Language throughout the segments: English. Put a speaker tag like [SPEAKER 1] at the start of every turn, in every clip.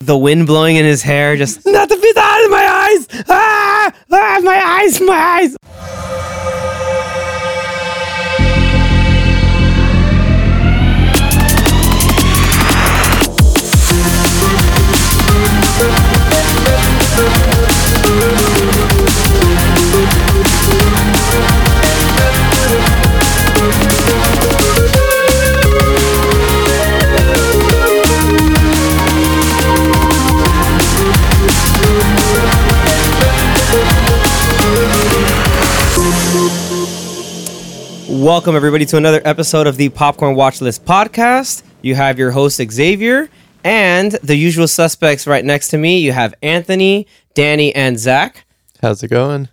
[SPEAKER 1] the wind blowing in his hair, just not the fifth out of my eyes! Ah! ah! My eyes, my eyes! Welcome everybody to another episode of the Popcorn Watch List podcast. You have your host Xavier and the usual suspects right next to me. You have Anthony, Danny, and Zach.
[SPEAKER 2] How's it going?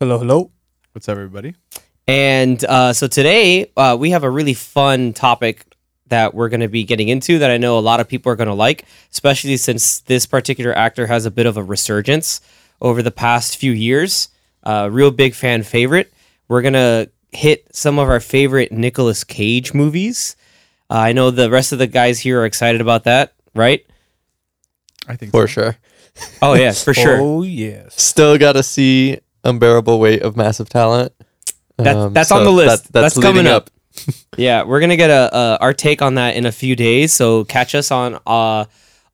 [SPEAKER 3] Hello, hello.
[SPEAKER 2] What's up, everybody?
[SPEAKER 1] And uh, so today uh, we have a really fun topic that we're going to be getting into that I know a lot of people are going to like, especially since this particular actor has a bit of a resurgence over the past few years. Uh, real big fan favorite. We're going to hit some of our favorite Nicolas Cage movies. Uh, I know the rest of the guys here are excited about that, right?
[SPEAKER 4] I think
[SPEAKER 2] For sure.
[SPEAKER 1] Oh, yeah, for sure.
[SPEAKER 3] Oh yes.
[SPEAKER 2] Still got to see unbearable weight of massive talent. Um,
[SPEAKER 1] That- that's on the list. That's
[SPEAKER 2] leading
[SPEAKER 1] coming up. Yeah, we're gonna get a, a our take on that in a few days. So catch us on uh,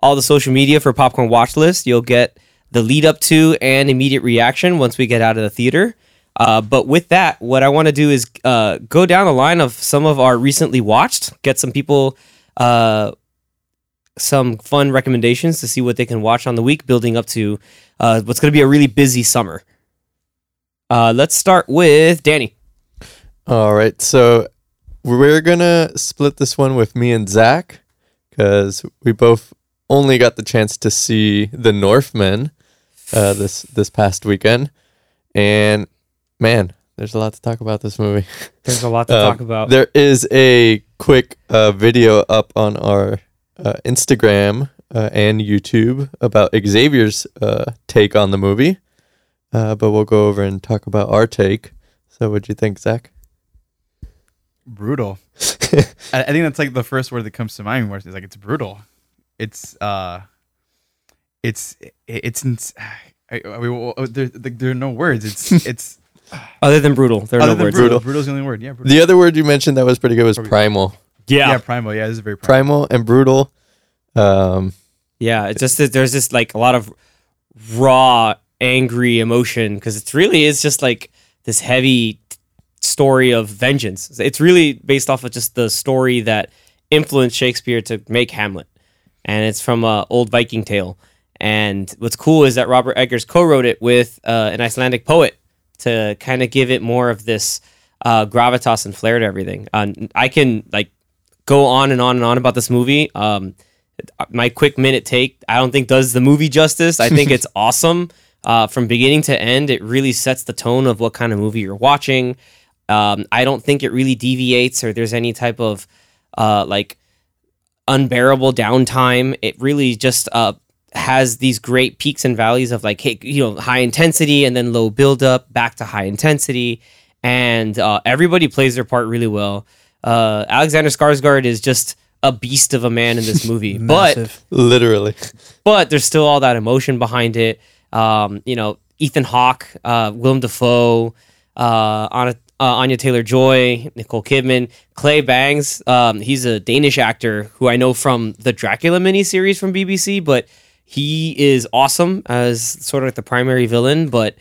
[SPEAKER 1] all the social media for Popcorn Watch List. You'll get the lead up to and immediate reaction once we get out of the theater. Uh, but with that, what I want to do is uh, go down the line of some of our recently watched. Get some people uh, some fun recommendations to see what they can watch on the week, building up to uh, what's gonna be a really busy summer. Uh, let's start with Danny.
[SPEAKER 2] All right. So we're going to split this one with me and Zach because we both only got the chance to see The Northmen uh, this, this past weekend. And man, there's a lot to talk about this movie.
[SPEAKER 1] There's a lot to
[SPEAKER 2] Um,
[SPEAKER 1] talk about.
[SPEAKER 2] There is a quick uh, video up on our uh, Instagram uh, and YouTube about Xavier's uh, take on the movie, uh, but we'll go over and talk about our take. So, what'd you think, Zach?
[SPEAKER 4] brutal. I, I think that's like the first word that comes to mind. Where it's like it's brutal. It's uh, it's it- it's. ins- I, I mean, well, oh, there, there there are no words. It's it's
[SPEAKER 1] Other than brutal, there are
[SPEAKER 4] other
[SPEAKER 1] no
[SPEAKER 4] than
[SPEAKER 1] words.
[SPEAKER 4] brutal.
[SPEAKER 2] Brutal.
[SPEAKER 4] Brutal's the only word. Yeah, brutal.
[SPEAKER 2] The other word you mentioned that was pretty good was primal.
[SPEAKER 4] yeah. primal. Yeah, this is very primal.
[SPEAKER 2] Primal and brutal. Um,
[SPEAKER 1] yeah. It's just that there's just like a lot of raw, angry emotion because it's really is just like this heavy t- story of vengeance. It's really based off of just the story that influenced Shakespeare to make Hamlet, and it's from a old Viking tale. And what's cool is that Robert Eggers co-wrote it with uh, an Icelandic poet to kind of give it more of this uh, gravitas and flair to everything. Uh, I can like go on and on and on about this movie. Um, my quick minute take, I don't think does the movie justice. I think it's awesome uh, from beginning to end. It really sets the tone of what kind of movie you're watching. Um, I don't think it really deviates or there's any type of uh, like unbearable downtime. It really just uh, has these great peaks and valleys of like, hey, you know, high intensity and then low buildup back to high intensity. And uh, everybody plays their part really well. Uh, Alexander Skarsgård is just a beast of a man in this movie, but
[SPEAKER 3] Massive.
[SPEAKER 2] literally.
[SPEAKER 1] but there's still all that emotion behind it. Um, you know, Ethan Hawke, uh, Willem Dafoe, uh, Anna, uh, Anya Taylor Joy, Nicole Kidman, Clay Bangs. Um, he's a Danish actor who I know from the Dracula miniseries from BBC, but he is awesome as sort of like the primary villain. But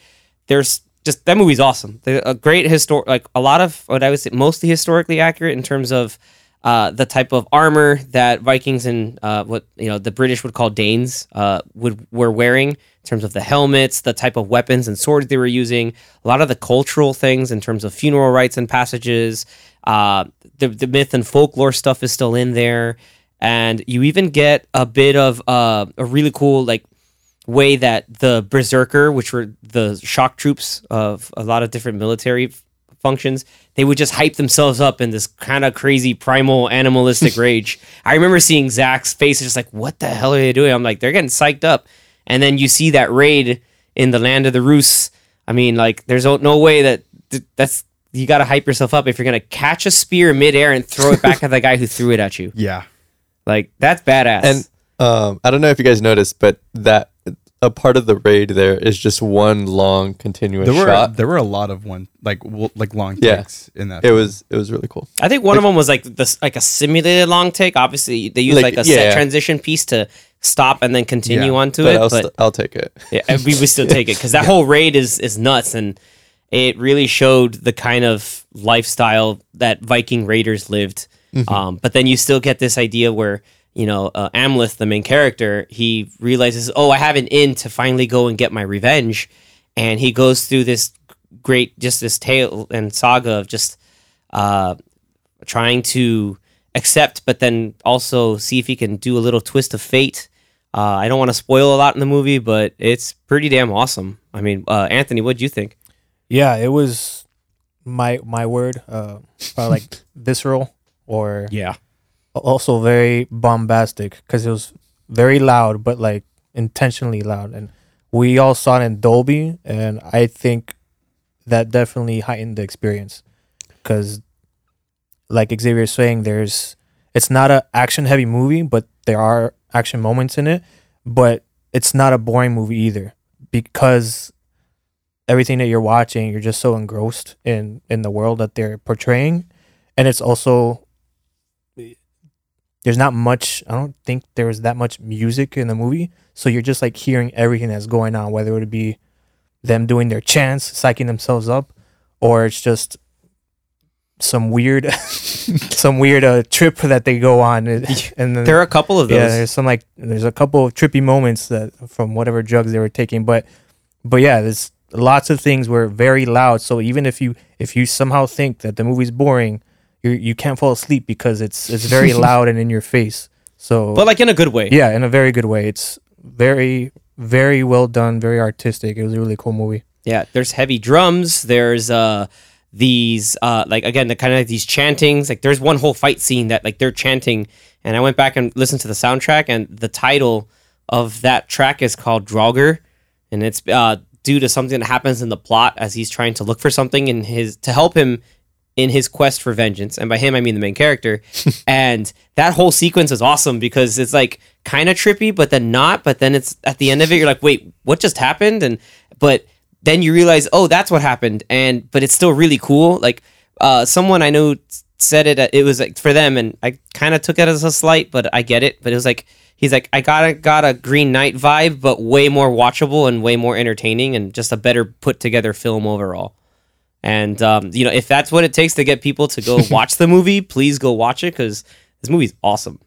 [SPEAKER 1] there's just that movie's awesome. They're a great historic, like a lot of what I would say, mostly historically accurate in terms of uh, the type of armor that Vikings and uh, what you know the British would call Danes uh, would were wearing in terms of the helmets, the type of weapons and swords they were using, a lot of the cultural things in terms of funeral rites and passages. Uh, the the myth and folklore stuff is still in there, and you even get a bit of uh, a really cool like way that the berserker, which were the shock troops of a lot of different military f- functions, they would just hype themselves up in this kind of crazy primal animalistic rage. I remember seeing Zach's face, just like, what the hell are they doing? I'm like, they're getting psyched up. And then you see that raid in the land of the Rus. I mean, like, there's o- no way that th- that's you got to hype yourself up if you're gonna catch a spear in midair and throw it back at the guy who threw it at you.
[SPEAKER 4] Yeah,
[SPEAKER 1] Like, that's badass.
[SPEAKER 2] And Um, I don't know if you guys noticed, but that a part of the raid there is just one long continuous
[SPEAKER 4] There were
[SPEAKER 2] shot.
[SPEAKER 4] there were a lot of one like w- like long
[SPEAKER 2] Yeah.
[SPEAKER 4] takes in that.
[SPEAKER 2] It was it was really cool.
[SPEAKER 1] I think one of them was like this, like a simulated long take. Obviously, they use like,
[SPEAKER 2] Like,
[SPEAKER 1] a set
[SPEAKER 2] yeah.
[SPEAKER 1] transition piece to stop and then continue
[SPEAKER 4] Yeah,
[SPEAKER 1] onto
[SPEAKER 2] But
[SPEAKER 1] it.
[SPEAKER 2] I'll,
[SPEAKER 1] but
[SPEAKER 2] st- I'll take it.
[SPEAKER 1] yeah, and we would still take it because that whole raid is is nuts, and it really showed the kind of lifestyle that Viking raiders lived.
[SPEAKER 2] Mm-hmm.
[SPEAKER 1] Um, but then you still get this idea where you know uh, Amleth, the main character, he realizes, oh, I have an in to finally go and get my revenge, and he goes through this great just this tale and saga of just uh, trying to accept, but then also see if he can do a little twist of fate. Uh, I don't want to spoil a lot in the movie, but it's pretty damn awesome. I mean, uh, Anthony, what'd you think?
[SPEAKER 3] Yeah, it was my my word, uh, probably like visceral or
[SPEAKER 1] Yeah,
[SPEAKER 3] also very bombastic because it was very loud, but like intentionally loud. And we all saw it in Dolby, and I think that definitely heightened the experience because, like Xavier's saying, there's it's not a action heavy movie, but there are action moments in it, but it's not a boring movie either because everything that you're watching, you're just so engrossed in in the world that they're portraying, and it's also there's not much i don't think there was that much music in the movie so you're just like hearing everything that's going on whether it be them doing their chants psyching themselves up or it's just some weird some weird uh, trip that they go on and and then
[SPEAKER 1] there are a couple of those.
[SPEAKER 3] yeah, there's some like there's a couple of trippy moments that from whatever drugs they were taking, but but yeah, there's lots of things were very loud. So even if you if you somehow think that the movie's boring, you you can't fall asleep because it's it's very loud and in your face. So
[SPEAKER 1] but like in a good way.
[SPEAKER 3] yeah, in a very good way. It's very very well done, very artistic. It was a really cool movie.
[SPEAKER 1] Yeah, there's heavy drums. There's uh these uh like again the kind of like these chantings. Like there's one whole fight scene that like they're chanting, and I went back and listened to the soundtrack, and the title of that track is called Draugr, and it's uh due to something that happens in the plot as he's trying to look for something in his to help him in his quest for vengeance. And by him, I mean the main character. and that whole sequence is awesome because it's like kind of trippy, but then not. But then it's at the end of it, you're like, wait, what just happened? And but then you realize, oh, that's what happened. And but it's still really cool. Like uh, someone I know said it. uh, It was like for them, and I kind of took it as a slight, but I get it. But it was like. He's like, I got a got a Green Knight vibe, but way more watchable and way more entertaining, and just a better put together film overall. And um, you know, if that's what it takes to get people to go watch the movie, please go watch it because this movie's awesome.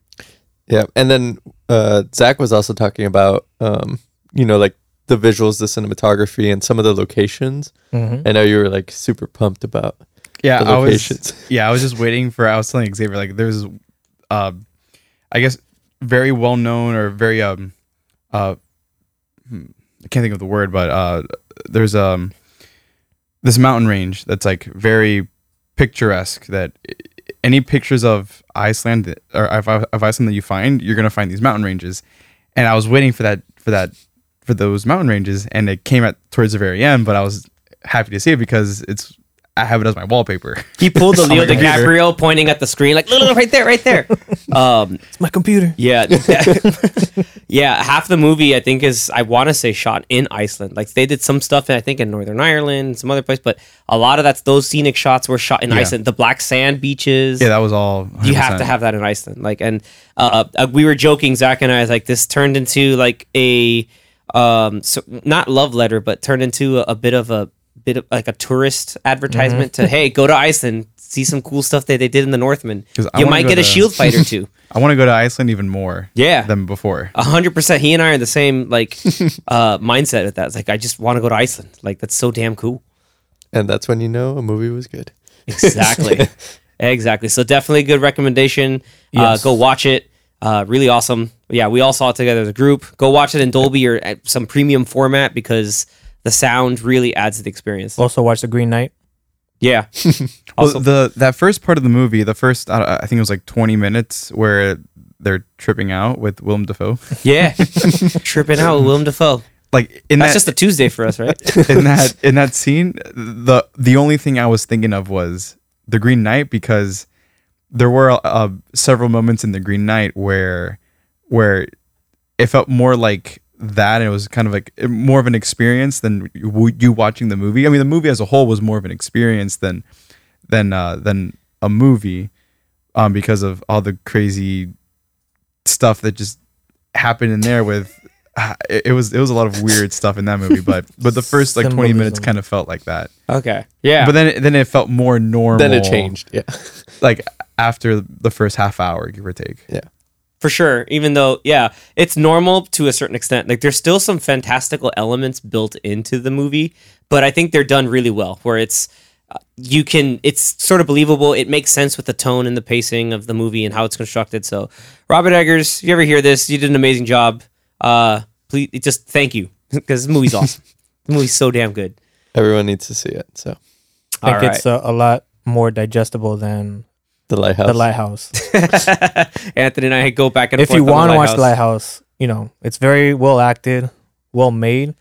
[SPEAKER 2] Yeah, and then uh, Zach was also talking about um, you know like the visuals, the cinematography, and some of the locations. I know you were like super pumped about
[SPEAKER 4] yeah,
[SPEAKER 2] the
[SPEAKER 4] I
[SPEAKER 2] locations.
[SPEAKER 4] was yeah, I was just waiting for. I was telling Xavier like there's, um, I guess very well known or very um, uh, hmm, I can't think of the word, but uh, there's um, this mountain range that's like very picturesque. That i- any pictures of Iceland that- or of, of Iceland that you find, you're gonna find these mountain ranges, and I was waiting for that for that for those mountain ranges, and it came at towards the very end, but I was happy to see it because it's. I have it as my wallpaper.
[SPEAKER 1] He pulled the
[SPEAKER 4] On
[SPEAKER 1] Leo
[SPEAKER 4] my computer.
[SPEAKER 1] DiCaprio pointing at the screen, like, look, look, right there, right there. Um,
[SPEAKER 3] It's my computer.
[SPEAKER 1] yeah, that- yeah. Half the movie, I think, is I want to say shot in Iceland. Like they did some stuff, I think, in Northern Ireland, some other place, but a lot of that's those scenic shots were shot in
[SPEAKER 4] Yeah.
[SPEAKER 1] Iceland. The black sand beaches.
[SPEAKER 4] Yeah, that was all.
[SPEAKER 1] you have to
[SPEAKER 4] 100%.
[SPEAKER 1] have that in Iceland. Like, and uh, uh, we were joking, Zach and I, like this turned into like a um, so not love letter, but turned into a, a bit of a bit of like a tourist advertisement
[SPEAKER 4] Mm-hmm.
[SPEAKER 1] to hey, go to Iceland, see some cool stuff that they did in the Northmen.
[SPEAKER 4] 'Cause I
[SPEAKER 1] You
[SPEAKER 4] wanna
[SPEAKER 1] might
[SPEAKER 4] go
[SPEAKER 1] get a
[SPEAKER 4] to-
[SPEAKER 1] shield fight or two.
[SPEAKER 4] I want to go to Iceland even more.
[SPEAKER 1] Yeah. Uh,
[SPEAKER 4] Than before.
[SPEAKER 1] A hundred percent. He and I are the same like uh, mindset at that. It's like I just want to go to Iceland. Like that's so damn cool.
[SPEAKER 2] and that's when you know a movie was good.
[SPEAKER 1] Exactly. exactly. So definitely a good recommendation. Uh, go watch it. Uh, really awesome. Yeah, we all saw it together as a group. Go watch it in Dolby or at some premium format because the sound really adds to the experience.
[SPEAKER 3] Also watch The Green Knight.
[SPEAKER 1] yeah.
[SPEAKER 4] well, the that first part of the movie, the first I, don't- I think it was like 20 minutes where they're tripping out with Willem Dafoe.
[SPEAKER 1] Yeah. Tripping out with Willem Dafoe.
[SPEAKER 4] Like in
[SPEAKER 1] That's
[SPEAKER 4] that
[SPEAKER 1] just a Tuesday for us, right?
[SPEAKER 4] in that in that scene, the the only thing I was thinking of was the Green Knight because there were uh, several moments in the Green Knight where where it felt more like that, and it was kind of like eh, more of an experience than you you watching the movie. I mean, the movie as a whole was more of an experience than than uh, than a movie, um, because of all the crazy stuff that just happened in there with. ah, It it was it was a lot of weird stuff in that movie, but but the first like twenty minutes
[SPEAKER 3] Symbolism.
[SPEAKER 4] kind of felt like that.
[SPEAKER 1] Okay. Yeah.
[SPEAKER 4] But then then it felt more normal.
[SPEAKER 2] Then it changed. Yeah.
[SPEAKER 4] like after the first half hour, give or take.
[SPEAKER 1] for sure even though yeah it's normal to a certain extent like there's still some fantastical elements built into the movie but i think they're done really well where it's uh, you can it's sort of believable it makes sense with the tone and the pacing of the movie and how it's constructed so robert eggers if you ever hear this you did an amazing job uh please just thank you because the movie's awesome the movie's so damn good
[SPEAKER 2] Everyone needs to see it. So
[SPEAKER 1] all
[SPEAKER 3] I think
[SPEAKER 1] right
[SPEAKER 3] it's uh, a lot more digestible than
[SPEAKER 2] the lighthouse.
[SPEAKER 3] the Lighthouse.
[SPEAKER 1] anthony and i go back and
[SPEAKER 3] if
[SPEAKER 1] forth
[SPEAKER 3] you
[SPEAKER 1] on The
[SPEAKER 3] want to watch
[SPEAKER 1] Lighthouse.
[SPEAKER 3] the Lighthouse, you know it's very well acted, well made,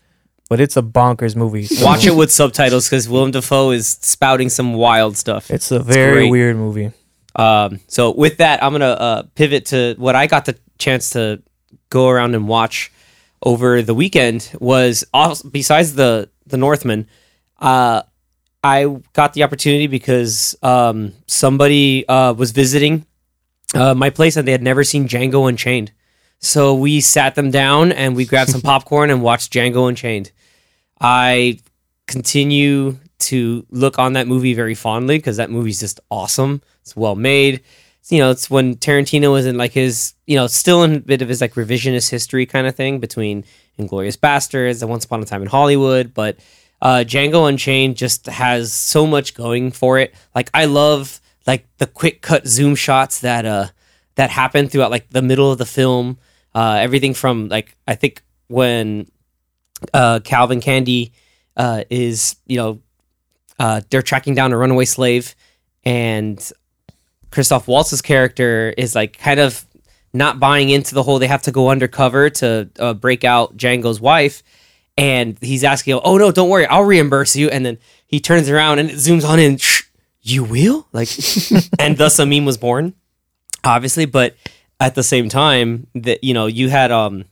[SPEAKER 3] but it's a bonkers movie. So
[SPEAKER 1] watch it with subtitles because willem dafoe is spouting some wild stuff
[SPEAKER 3] It's a very
[SPEAKER 1] great.
[SPEAKER 3] weird movie.
[SPEAKER 1] Um, so with that, I'm gonna uh, pivot to what I got the chance to go around and watch over the weekend was also, besides the the Northman. Uh, I got the opportunity because um, somebody uh, was visiting uh, my place and they had never seen Django Unchained. So we sat them down and we grabbed some popcorn and watched Django Unchained. I continue to look on that movie very fondly because that movie's just awesome. It's well made. It's, you know, it's when Tarantino was in like his, you know, still in a bit of his like revisionist history kind of thing between Inglorious Bastards and Once Upon a Time in Hollywood. But uh, Django Unchained just has so much going for it. Like I love like the quick cut zoom shots that uh that happen throughout like the middle of the film. Uh, everything from like I think when uh, Calvin Candy uh, is, you know, uh, they're tracking down a runaway slave, and Christoph Waltz's character is like kind of not buying into the whole they have to go undercover to uh, break out Django's wife. And he's asking, "Oh no, don't worry, I'll reimburse you." And then he turns around and it zooms on in. "Shh, You will, like, and thus a meme was born, obviously. But at the same time, that you know, you had um,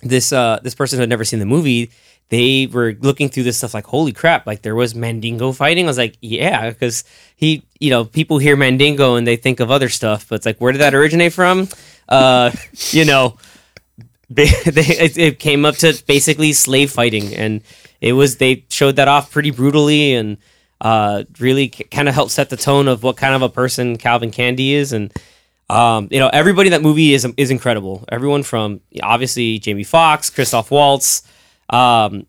[SPEAKER 1] this uh this person who had never seen the movie they were looking through this stuff like holy crap like there was mandingo fighting i was like yeah because he you know people hear mandingo and they think of other stuff but it's like where did that originate from uh you know they, they it, it came up to basically slave fighting and it was they showed that off pretty brutally and uh really k- kind of helped set the tone of what kind of a person calvin candy is and um, you know, everybody in that movie is is incredible. Everyone from obviously Jamie Foxx, Christoph Waltz, um,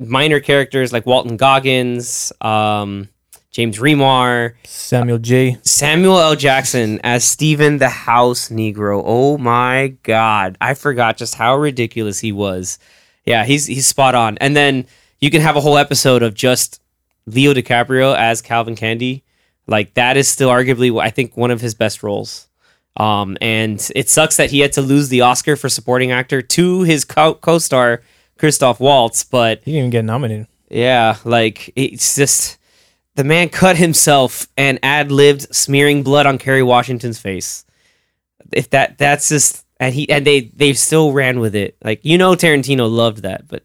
[SPEAKER 1] minor characters like Walton Goggins, um, James Remar,
[SPEAKER 3] Samuel J.
[SPEAKER 1] Samuel L. Jackson as Stephen the House Negro. Oh my God, I forgot just how ridiculous he was. Yeah, he's he's spot on. And then you can have a whole episode of just Leo DiCaprio as Calvin Candy. Like that is still arguably I think one of his best roles. Um, and it sucks that he had to lose the Oscar for supporting actor to his co- co-star Christoph Waltz, but
[SPEAKER 3] He didn't even get nominated.
[SPEAKER 1] yeah, like it's just the man cut himself and ad libbed smearing blood on Kerry Washington's face. If that that's just and he and they they still ran with it. Like you know Tarantino loved that, but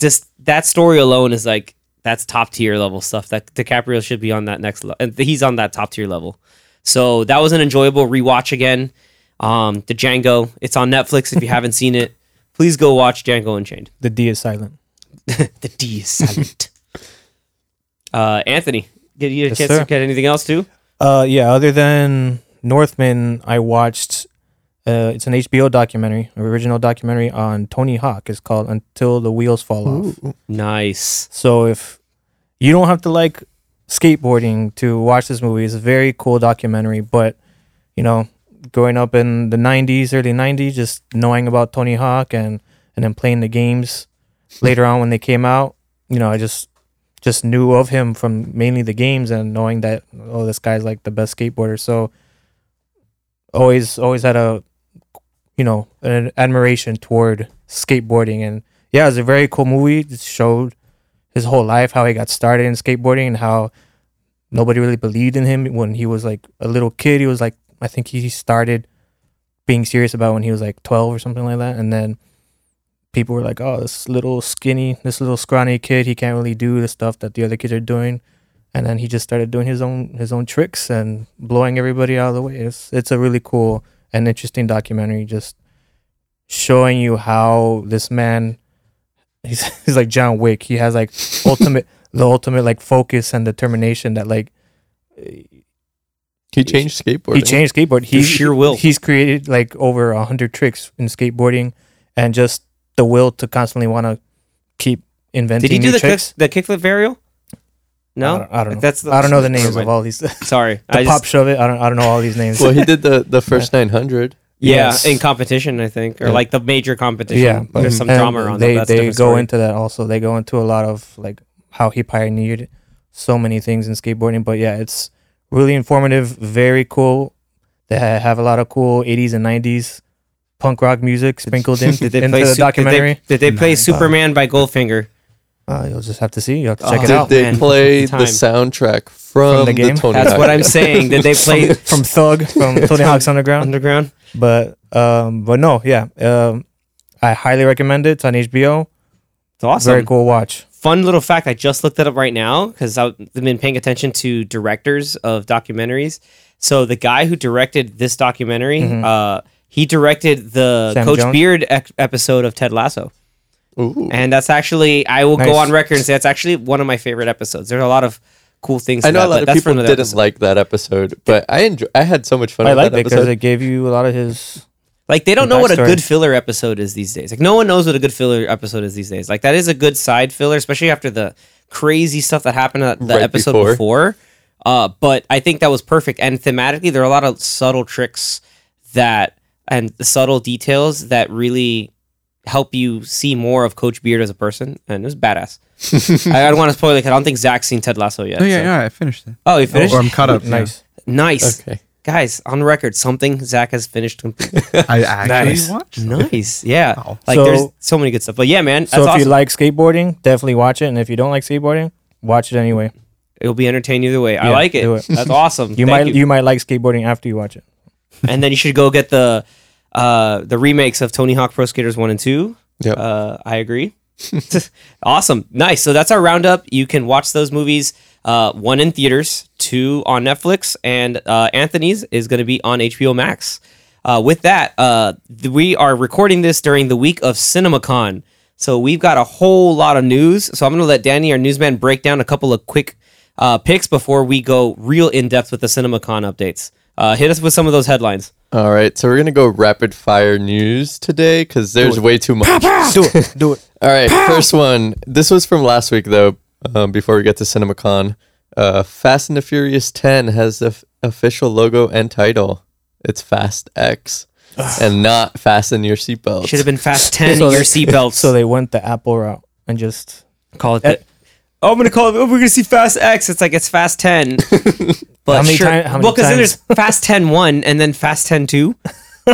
[SPEAKER 1] just that story alone is like that's top tier level stuff. That DiCaprio should be on that next level, and he's on that top tier level. So that was an enjoyable rewatch again. Um, the Django, it's on Netflix. If you haven't seen it, please go watch Django Unchained
[SPEAKER 3] The D is silent.
[SPEAKER 1] the D is silent. uh, Anthony, get you a
[SPEAKER 3] Yes,
[SPEAKER 1] chance
[SPEAKER 3] sir.
[SPEAKER 1] to get anything else too?
[SPEAKER 3] Uh, yeah. Other than Northman, I watched. Uh, it's an HBO documentary, an original documentary on Tony Hawk. It's called Until the Wheels Fall Off.
[SPEAKER 1] Nice.
[SPEAKER 3] So if you don't have to like skateboarding to watch this movie, it's a very cool documentary. But you know, growing up in the '90s, early '90s, just knowing about Tony Hawk and and then playing the games later on when they came out, you know, I just just knew of him from mainly the games and knowing that oh, this guy's like the best skateboarder. So always always had a you know an admiration toward skateboarding and yeah, it's a very cool movie. It showed his whole life, how he got started in skateboarding and how nobody really believed in him when he was like a little kid. He was like, I think he started being serious about when he was like 12 or something like that. And then people were like, oh, this little skinny, this little scrawny kid, he can't really do the stuff that the other kids are doing. And then he just started doing his own his own tricks and blowing everybody out of the way. It's it's a really cool and interesting documentary, just showing you how this man, he's, he's like John Wick. He has like ultimate the ultimate like focus and determination that like
[SPEAKER 2] He changed skateboarding.
[SPEAKER 3] he changed skateboard. He
[SPEAKER 1] Through sheer will.
[SPEAKER 3] He's created like over a hundred tricks in skateboarding, and just the will to constantly want to keep inventing
[SPEAKER 1] Did he do
[SPEAKER 3] new
[SPEAKER 1] the kick,
[SPEAKER 3] tricks.
[SPEAKER 1] the kickflip varial? No,
[SPEAKER 3] I don't, I don't know.
[SPEAKER 1] That's the,
[SPEAKER 3] I don't know the
[SPEAKER 1] Never
[SPEAKER 3] names of
[SPEAKER 1] mind.
[SPEAKER 3] all these. the
[SPEAKER 1] Sorry, I
[SPEAKER 3] pop
[SPEAKER 1] just,
[SPEAKER 3] shove it. I don't. I don't know all these names.
[SPEAKER 2] Well, he did the the first 900.
[SPEAKER 1] yeah,
[SPEAKER 3] Yes.
[SPEAKER 1] in competition, I think, or
[SPEAKER 2] Yeah.
[SPEAKER 1] like the major competition.
[SPEAKER 3] Yeah, but-
[SPEAKER 1] there's some
[SPEAKER 3] And
[SPEAKER 1] drama around
[SPEAKER 3] They
[SPEAKER 1] that. That's a
[SPEAKER 3] they go
[SPEAKER 1] different story.
[SPEAKER 3] into that also. They go into a lot of like how he pioneered so many things in skateboarding. But yeah, it's really informative, very cool. They ha- have a lot of cool 80s and 90s punk rock music sprinkled in,
[SPEAKER 1] Did they
[SPEAKER 3] into
[SPEAKER 1] play
[SPEAKER 3] the
[SPEAKER 1] Su-
[SPEAKER 3] documentary.
[SPEAKER 1] Did they, did they play
[SPEAKER 4] Nice.
[SPEAKER 1] Superman by Goldfinger?
[SPEAKER 3] Uh, you'll just have to see. You have to check
[SPEAKER 1] Oh.
[SPEAKER 3] it
[SPEAKER 2] Did
[SPEAKER 1] out,
[SPEAKER 2] they
[SPEAKER 1] man.
[SPEAKER 2] play the
[SPEAKER 1] Time.
[SPEAKER 2] soundtrack from,
[SPEAKER 3] the
[SPEAKER 2] the,
[SPEAKER 3] game?
[SPEAKER 2] Tony?
[SPEAKER 1] That's
[SPEAKER 2] Hawk
[SPEAKER 1] what I'm
[SPEAKER 2] game?
[SPEAKER 1] saying. Did they play
[SPEAKER 3] out from Thug from Tony Hawk's Underground.
[SPEAKER 1] Underground?
[SPEAKER 3] But um, but no, yeah, um, I highly recommend it. It's on HBO.
[SPEAKER 1] It's awesome.
[SPEAKER 3] Very cool watch.
[SPEAKER 1] Fun little fact. I just looked it up right now because I've been paying attention to directors of documentaries. So the guy who directed this documentary, uh, he directed the
[SPEAKER 3] Mm-hmm. Sam
[SPEAKER 1] Coach
[SPEAKER 3] Jones?
[SPEAKER 1] Beard ec- episode of Ted Lasso.
[SPEAKER 2] Ooh.
[SPEAKER 1] And that's actually, I will go
[SPEAKER 3] Nice.
[SPEAKER 1] on record and say that's actually one of my favorite episodes. There's a lot of cool things.
[SPEAKER 2] I
[SPEAKER 1] to
[SPEAKER 2] know
[SPEAKER 1] that,
[SPEAKER 2] a
[SPEAKER 1] but
[SPEAKER 2] lot of
[SPEAKER 1] that's
[SPEAKER 2] people
[SPEAKER 1] one the
[SPEAKER 2] didn't
[SPEAKER 1] episodes.
[SPEAKER 2] like that episode, but I enjoy. I had so much fun.
[SPEAKER 3] I
[SPEAKER 2] with
[SPEAKER 3] liked
[SPEAKER 2] that
[SPEAKER 3] it because
[SPEAKER 2] episode.
[SPEAKER 3] it gave you a lot of his.
[SPEAKER 1] Like they don't
[SPEAKER 3] The
[SPEAKER 1] know what a
[SPEAKER 3] backstory.
[SPEAKER 1] good filler episode is these days. Like no one knows what a good filler episode is these days. Like that is a good side filler, especially after the crazy stuff that happened at the
[SPEAKER 2] Right
[SPEAKER 1] episode
[SPEAKER 2] before.
[SPEAKER 1] before. Uh, but I think that was perfect. And thematically, there are a lot of subtle tricks that and the subtle details that really help you see more of Coach Beard as a person. And it was badass. I, I don't want to spoil it. 'cause I don't think Zach's seen Ted Lasso yet.
[SPEAKER 4] No, Oh, yeah,
[SPEAKER 1] so-
[SPEAKER 4] yeah, I finished it.
[SPEAKER 1] Oh, you finished?
[SPEAKER 4] Or I'm caught up. yeah.
[SPEAKER 3] Nice.
[SPEAKER 1] nice.
[SPEAKER 2] okay.
[SPEAKER 1] Guys, on record, something Zach has finished completely.
[SPEAKER 4] I actually
[SPEAKER 3] Nice.
[SPEAKER 4] watched.
[SPEAKER 1] Nice. Yeah.
[SPEAKER 4] Wow.
[SPEAKER 1] Like
[SPEAKER 3] So-
[SPEAKER 1] there's so many good stuff. But yeah, man, that's
[SPEAKER 3] So if you
[SPEAKER 1] awesome.
[SPEAKER 3] like skateboarding, definitely watch it. And if you don't like skateboarding, watch it anyway.
[SPEAKER 1] It'll be entertaining either way. I
[SPEAKER 3] Yeah,
[SPEAKER 1] like it.
[SPEAKER 3] do it.
[SPEAKER 1] That's awesome.
[SPEAKER 3] You
[SPEAKER 1] Thank
[SPEAKER 3] might you. might like skateboarding after you watch it.
[SPEAKER 1] and then you should go get the uh the remakes of Tony Hawk Pro Skaters 1 and 2.
[SPEAKER 2] Yep.
[SPEAKER 1] Uh I agree. awesome. Nice. So that's our roundup. You can watch those movies uh one in theaters, two on Netflix, and uh Anthony's is going to be on HBO Max. Uh, with that, uh, th- we are recording this during the week of CinemaCon. So we've got a whole lot of news. So I'm going to let Danny, our newsman, break down a couple of quick uh, picks before we go real in depth with the CinemaCon updates. Uh, hit us with some of those headlines.
[SPEAKER 2] All right, so we're gonna go rapid fire news today because there's way too much.
[SPEAKER 3] Do it. Do it.
[SPEAKER 2] All right, first one. This was from last week though. Um, before we get to CinemaCon, uh, Fast and the Furious 10 has the f- official logo and title. It's Fast X, and not Fasten Your Seatbelts.
[SPEAKER 1] Should have been Fast 10
[SPEAKER 3] So
[SPEAKER 1] your
[SPEAKER 3] they-
[SPEAKER 1] seatbelts.
[SPEAKER 3] So they went the Apple route and just
[SPEAKER 1] call it. the- oh, I'm going to call it. Oh, we're going to see Fast X. It's like it's Fast 10. But
[SPEAKER 3] How many
[SPEAKER 1] sure.
[SPEAKER 3] time- how many
[SPEAKER 1] well, because then there's
[SPEAKER 3] times?
[SPEAKER 1] Fast 10 1 and then Fast 10 2.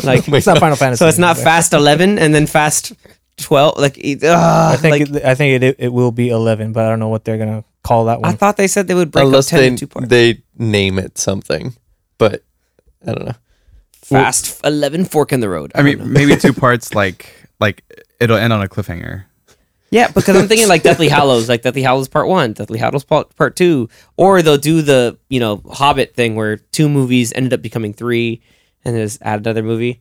[SPEAKER 1] Like,
[SPEAKER 3] it's not Final Fantasy.
[SPEAKER 1] so it's not
[SPEAKER 3] but
[SPEAKER 1] Fast 11 and then Fast 12. Like, it- ugh,
[SPEAKER 3] I think
[SPEAKER 1] like,
[SPEAKER 3] it, I think it, it will be eleven, but I don't know what they're gonna call that
[SPEAKER 1] I
[SPEAKER 3] one.
[SPEAKER 1] thought they said they would break
[SPEAKER 2] unless
[SPEAKER 1] up 10
[SPEAKER 2] they
[SPEAKER 1] into two parts.
[SPEAKER 2] they name it something, but I don't know.
[SPEAKER 1] Fast 11 fork in the road.
[SPEAKER 4] I mean, maybe two parts. Like, like it'll end on a cliffhanger.
[SPEAKER 1] Yeah, because I'm thinking like Deathly Hallows, like Deathly Hallows Part One, Deathly Hallows Part Part Two, or they'll do the you know Hobbit thing where two movies ended up becoming three, and then just add another movie.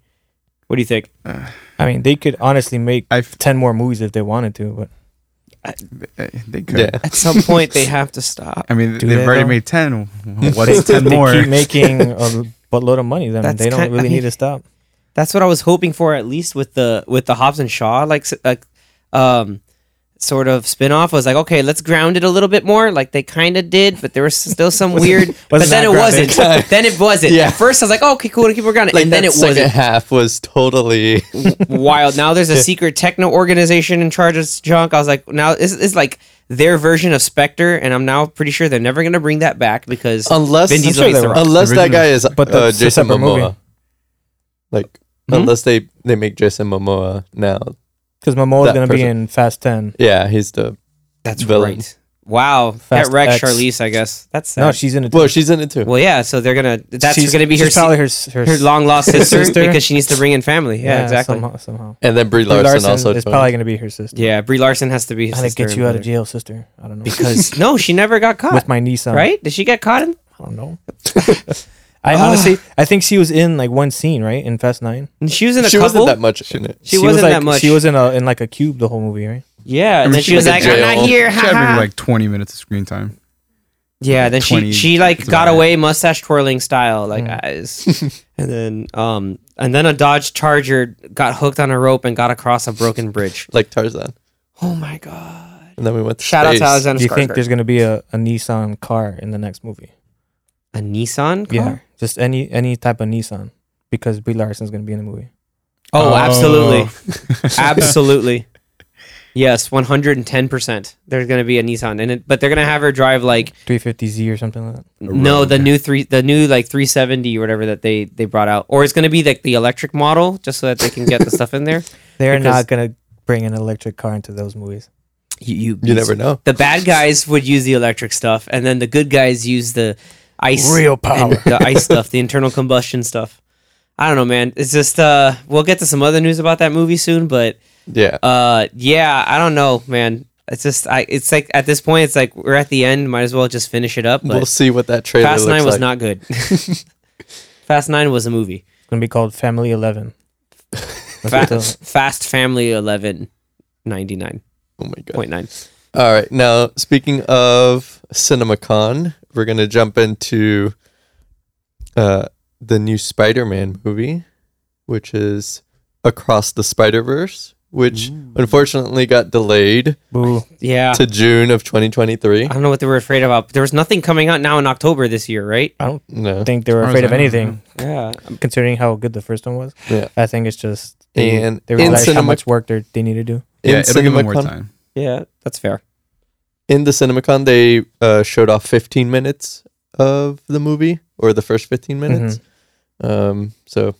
[SPEAKER 1] What do you think?
[SPEAKER 3] I mean, they could honestly make
[SPEAKER 4] I've-
[SPEAKER 3] ten more movies if they wanted to, but
[SPEAKER 4] Eh, They could.
[SPEAKER 2] Yeah.
[SPEAKER 1] At some point, they have to stop.
[SPEAKER 4] I mean,
[SPEAKER 3] Do
[SPEAKER 4] they've
[SPEAKER 3] they,
[SPEAKER 4] already
[SPEAKER 3] though?
[SPEAKER 4] made ten. What is ten
[SPEAKER 3] they
[SPEAKER 4] more?
[SPEAKER 3] keep making a buttload of money. Then
[SPEAKER 1] That's
[SPEAKER 3] they don't
[SPEAKER 1] kind-
[SPEAKER 3] really
[SPEAKER 1] I mean-
[SPEAKER 3] need to stop.
[SPEAKER 1] That's what I was hoping for, at least with the with the Hobbs and Shaw like s- like um sort of spin-off I was like okay let's ground it a little bit more like they kind of did but there was still some weird but then
[SPEAKER 3] that
[SPEAKER 1] it
[SPEAKER 3] graphic?
[SPEAKER 1] wasn't then it wasn't
[SPEAKER 2] Yeah.
[SPEAKER 1] at first i was like oh, okay cool to keep it grounded
[SPEAKER 2] Like
[SPEAKER 1] and then
[SPEAKER 2] that
[SPEAKER 1] it
[SPEAKER 2] second
[SPEAKER 1] wasn't
[SPEAKER 2] half was totally
[SPEAKER 1] wild. Now there's a secret techno organization in charge of junk. I was like, now it's, it's like their version of Spectre, and I'm now pretty sure they're never gonna bring that back because
[SPEAKER 2] unless
[SPEAKER 1] Vin Diesel
[SPEAKER 3] sure
[SPEAKER 1] hates
[SPEAKER 3] they
[SPEAKER 1] The Rock.
[SPEAKER 3] will.
[SPEAKER 2] unless that guy is
[SPEAKER 3] But
[SPEAKER 2] uh,
[SPEAKER 3] that's a
[SPEAKER 2] Jason
[SPEAKER 3] separate
[SPEAKER 2] Momoa.
[SPEAKER 3] movie.
[SPEAKER 2] Like
[SPEAKER 1] Hmm?
[SPEAKER 2] unless they they make Jason Momoa now.
[SPEAKER 3] Because Momoa's
[SPEAKER 2] That
[SPEAKER 3] gonna be
[SPEAKER 2] person.
[SPEAKER 3] in Fast Ten.
[SPEAKER 2] Yeah, he's the
[SPEAKER 1] That's
[SPEAKER 2] villain.
[SPEAKER 1] right. Wow,
[SPEAKER 3] Fast
[SPEAKER 1] that wrecked
[SPEAKER 3] X.
[SPEAKER 1] Charlize. I guess that's sad.
[SPEAKER 3] No, she's in it.
[SPEAKER 2] Well, she's in it too.
[SPEAKER 1] well, yeah. So they're gonna. That's
[SPEAKER 3] she's
[SPEAKER 1] gonna be
[SPEAKER 3] she's
[SPEAKER 1] her,
[SPEAKER 3] probably
[SPEAKER 1] se-
[SPEAKER 3] her s- her,
[SPEAKER 1] her
[SPEAKER 3] s-
[SPEAKER 1] long lost sister,
[SPEAKER 3] sister.
[SPEAKER 1] because she needs to bring in family. Yeah, exactly.
[SPEAKER 3] Somehow, somehow.
[SPEAKER 2] And then Brie
[SPEAKER 3] Brie
[SPEAKER 2] Larson,
[SPEAKER 3] Larson
[SPEAKER 2] also.
[SPEAKER 3] is
[SPEAKER 2] joined.
[SPEAKER 3] probably gonna be her sister.
[SPEAKER 1] Yeah, Brie Larson has to be.
[SPEAKER 3] How to
[SPEAKER 1] sister
[SPEAKER 3] get
[SPEAKER 1] and
[SPEAKER 3] you out of
[SPEAKER 1] brother.
[SPEAKER 3] jail, sister? I don't know.
[SPEAKER 1] Because no, she never got caught.
[SPEAKER 3] with my Nissan,
[SPEAKER 1] right? Did she get caught in?
[SPEAKER 3] I don't know. I honestly, I think she was in like one scene, right, in Fast Nine.
[SPEAKER 1] and Ah. She was in a
[SPEAKER 2] she
[SPEAKER 1] couple.
[SPEAKER 2] wasn't that much in it.
[SPEAKER 1] she, wasn't
[SPEAKER 3] was, like,
[SPEAKER 1] that much.
[SPEAKER 3] She was in a in like a cube the whole movie, right?
[SPEAKER 1] Yeah, and then she was
[SPEAKER 2] was
[SPEAKER 1] like,
[SPEAKER 2] in
[SPEAKER 1] "I'm
[SPEAKER 2] jail.
[SPEAKER 1] not here."
[SPEAKER 4] She had maybe
[SPEAKER 1] haha."
[SPEAKER 4] like 20 minutes of screen time.
[SPEAKER 1] Yeah, then she
[SPEAKER 4] 20
[SPEAKER 1] she like
[SPEAKER 4] it's
[SPEAKER 1] got
[SPEAKER 4] about
[SPEAKER 1] away mustache twirling style, like eyes. and then um and then a Dodge Charger got hooked on a rope and got across a broken bridge.
[SPEAKER 2] Like Tarzan.
[SPEAKER 1] Oh my god.
[SPEAKER 2] And then we went to
[SPEAKER 1] Shout out
[SPEAKER 2] space.
[SPEAKER 1] to Alexander
[SPEAKER 3] Do you think
[SPEAKER 1] Skarsgård.
[SPEAKER 3] there's gonna be a, a Nissan car in the next movie?
[SPEAKER 1] a Nissan car?
[SPEAKER 3] Yeah, just any any type of Nissan because Brie Larson's gonna be in the movie.
[SPEAKER 1] Oh, absolutely. absolutely. Yes, 110%. There's going to be a Nissan in it, but they're going to have her drive like
[SPEAKER 3] 350Z or something like that.
[SPEAKER 1] no, the new 3 the new like 370 or whatever that they they brought out. Or it's going to be like the electric model just so that they can get the stuff in there.
[SPEAKER 3] They're
[SPEAKER 1] Because-
[SPEAKER 3] not gonna bring an electric car into those movies.
[SPEAKER 1] You
[SPEAKER 2] You never know.
[SPEAKER 1] the bad guys would use the electric stuff, and then the good guys use the ice,
[SPEAKER 3] Real
[SPEAKER 1] and
[SPEAKER 3] power.
[SPEAKER 1] the ice stuff, the internal combustion stuff. I don't know, man. It's just uh, we'll get to some other news about that movie soon, but
[SPEAKER 2] Yeah.
[SPEAKER 1] uh, yeah, I don't know, man. It's just I, it's like at this point, it's like we're at the end. Might as well just finish it up. But
[SPEAKER 2] we'll see what that trailer
[SPEAKER 1] Fast
[SPEAKER 2] looks
[SPEAKER 1] Nine
[SPEAKER 2] like.
[SPEAKER 1] was not good. Fast Nine was a movie.
[SPEAKER 3] It's gonna be called Family Eleven. That's what
[SPEAKER 1] Fa-
[SPEAKER 3] they'll-
[SPEAKER 1] Fast Family Eleven ninety nine
[SPEAKER 2] Oh my god.
[SPEAKER 1] point nine.
[SPEAKER 2] All right. Now, speaking of CinemaCon, we're going to jump into uh, the new Spider Man movie, which is Across the Spider Verse, which unfortunately got delayed
[SPEAKER 3] Boo.
[SPEAKER 4] Ah.
[SPEAKER 1] Yeah,
[SPEAKER 2] to June of 2023.
[SPEAKER 1] I don't know what they were afraid about. There was nothing coming out now in October this year, right?
[SPEAKER 3] I don't
[SPEAKER 2] No.
[SPEAKER 3] think they were
[SPEAKER 4] As far as
[SPEAKER 3] afraid of
[SPEAKER 4] I know,
[SPEAKER 3] anything,
[SPEAKER 1] Yeah,
[SPEAKER 3] considering how good the first one was.
[SPEAKER 2] Yeah.
[SPEAKER 3] I think it's just they,
[SPEAKER 2] And
[SPEAKER 3] they
[SPEAKER 2] in
[SPEAKER 3] realized how
[SPEAKER 2] cinema-
[SPEAKER 3] much work they they need to do.
[SPEAKER 2] In,
[SPEAKER 4] Yeah, it'll give them more
[SPEAKER 2] CinemaCon
[SPEAKER 4] time.
[SPEAKER 1] yeah, that's fair.
[SPEAKER 2] in the CinemaCon, they uh, showed off 15 minutes of the movie or the first 15 minutes.
[SPEAKER 4] Mm-hmm.
[SPEAKER 2] Um, so,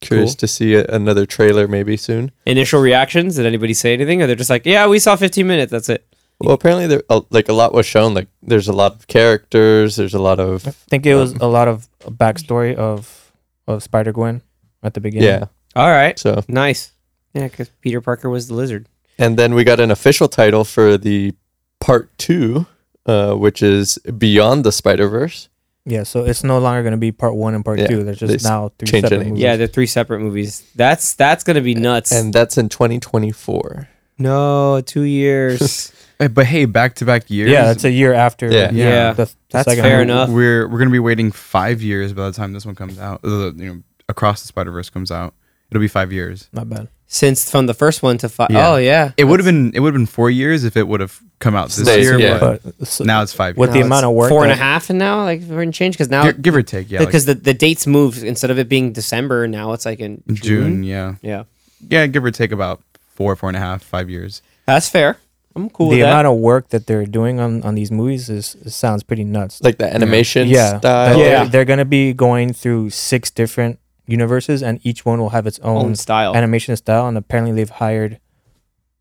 [SPEAKER 2] curious
[SPEAKER 1] Cool.
[SPEAKER 2] to see a, another trailer maybe soon.
[SPEAKER 1] Initial reactions? Did anybody say anything? Or they're just like, yeah, we saw 15 minutes. That's it.
[SPEAKER 2] Well, apparently there uh, like a lot was shown. Like there's a lot of characters. There's a lot of
[SPEAKER 3] I think it was a lot of backstory of of Spider Gwen at the
[SPEAKER 2] yeah.
[SPEAKER 3] beginning.
[SPEAKER 1] All right.
[SPEAKER 2] So
[SPEAKER 1] Nice. Yeah, because Peter Parker was the lizard.
[SPEAKER 2] and then we got an official title for the part two, uh, which is Beyond the Spider Verse.
[SPEAKER 3] Yeah, so it's no longer going to be part one and part
[SPEAKER 2] Yeah,
[SPEAKER 3] two. There's
[SPEAKER 2] they s-
[SPEAKER 3] just now three
[SPEAKER 2] changed the
[SPEAKER 3] separate
[SPEAKER 2] name.
[SPEAKER 3] movies.
[SPEAKER 1] Yeah, they're three separate movies. That's that's going to be nuts.
[SPEAKER 2] And that's in 2024.
[SPEAKER 1] no, two years.
[SPEAKER 4] Eh, But hey, back to back years.
[SPEAKER 3] yeah, it's a year after.
[SPEAKER 2] Yeah.
[SPEAKER 1] yeah.
[SPEAKER 4] Yeah.
[SPEAKER 3] the, the
[SPEAKER 1] That's
[SPEAKER 3] second
[SPEAKER 1] fair
[SPEAKER 3] one.
[SPEAKER 1] enough.
[SPEAKER 4] We're we're gonna be waiting five years by the time this one comes out. Uh, you know, across the Spider Verse comes out, it'll be five years.
[SPEAKER 3] Not bad.
[SPEAKER 1] Since from the first one to five.
[SPEAKER 4] Yeah.
[SPEAKER 1] Oh, yeah.
[SPEAKER 4] It would have been it would have been four years if it would have come out this
[SPEAKER 2] Stays,
[SPEAKER 4] year.
[SPEAKER 2] yeah.
[SPEAKER 4] But
[SPEAKER 3] But so
[SPEAKER 4] now it's five.
[SPEAKER 3] with
[SPEAKER 4] years.
[SPEAKER 3] the amount of work,
[SPEAKER 1] Four and a
[SPEAKER 3] that-
[SPEAKER 1] half, and now, like, we're in change. Because now,
[SPEAKER 4] Gi- give or take, yeah, like
[SPEAKER 1] because the, the dates moved. Instead of it being December, now it's like in June.
[SPEAKER 4] June, yeah,
[SPEAKER 1] Yeah.
[SPEAKER 4] yeah, give or take about four, four and a half, five years.
[SPEAKER 1] That's fair. I'm cool with
[SPEAKER 3] the
[SPEAKER 1] that.
[SPEAKER 3] amount of work that they're doing on on these movies is it sounds pretty nuts.
[SPEAKER 2] Like the animation
[SPEAKER 3] yeah,
[SPEAKER 2] style.
[SPEAKER 3] They're-
[SPEAKER 1] Yeah.
[SPEAKER 3] They're going to be going through six different universes, and each one will have its
[SPEAKER 1] Own
[SPEAKER 3] own
[SPEAKER 1] style.
[SPEAKER 3] animation style. And apparently, they've hired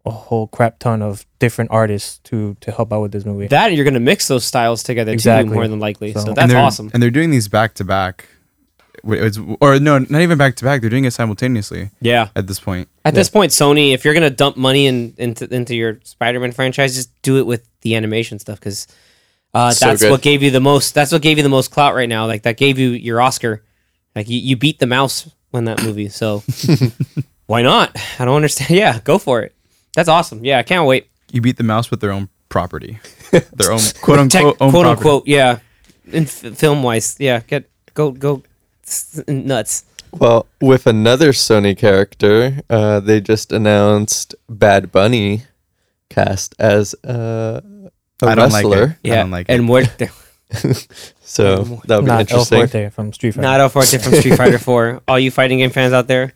[SPEAKER 3] a whole crap ton of different artists to to help out with this movie.
[SPEAKER 1] that you're going to mix those styles together too
[SPEAKER 3] Exactly.
[SPEAKER 1] more than likely so,
[SPEAKER 3] So- And
[SPEAKER 1] that's
[SPEAKER 4] and they're-
[SPEAKER 1] awesome
[SPEAKER 4] And they're doing these back to back. Wait, It's, or no, not even back to back. They're doing it simultaneously
[SPEAKER 1] yeah
[SPEAKER 4] at this point.
[SPEAKER 1] at this point sony if you're going to dump money in, into, into your spider-man franchise just do it with the animation stuff because uh,
[SPEAKER 2] So
[SPEAKER 1] that's
[SPEAKER 2] good.
[SPEAKER 1] what gave you the most that's what gave you the most clout right now like that gave you your oscar like you, you beat the mouse when that movie so why not i don't understand yeah go for it that's awesome yeah i can't wait
[SPEAKER 4] You beat the mouse with their own property, their own quote unquote
[SPEAKER 1] Tech,
[SPEAKER 4] own
[SPEAKER 1] quote
[SPEAKER 4] property.
[SPEAKER 1] unquote yeah in f- film wise yeah get go go s- nuts
[SPEAKER 2] Well, with another Sony character, uh, they just announced Bad Bunny cast as uh, a
[SPEAKER 4] I don't like
[SPEAKER 2] wrestler.
[SPEAKER 4] it. I
[SPEAKER 1] yeah
[SPEAKER 4] don't like it.
[SPEAKER 1] and what
[SPEAKER 2] So that'll be
[SPEAKER 3] Not oh, El
[SPEAKER 2] interesting.
[SPEAKER 3] Forte from Street Fighter.
[SPEAKER 1] Not El Forte from Street Fighter 4. All you fighting game fans out there,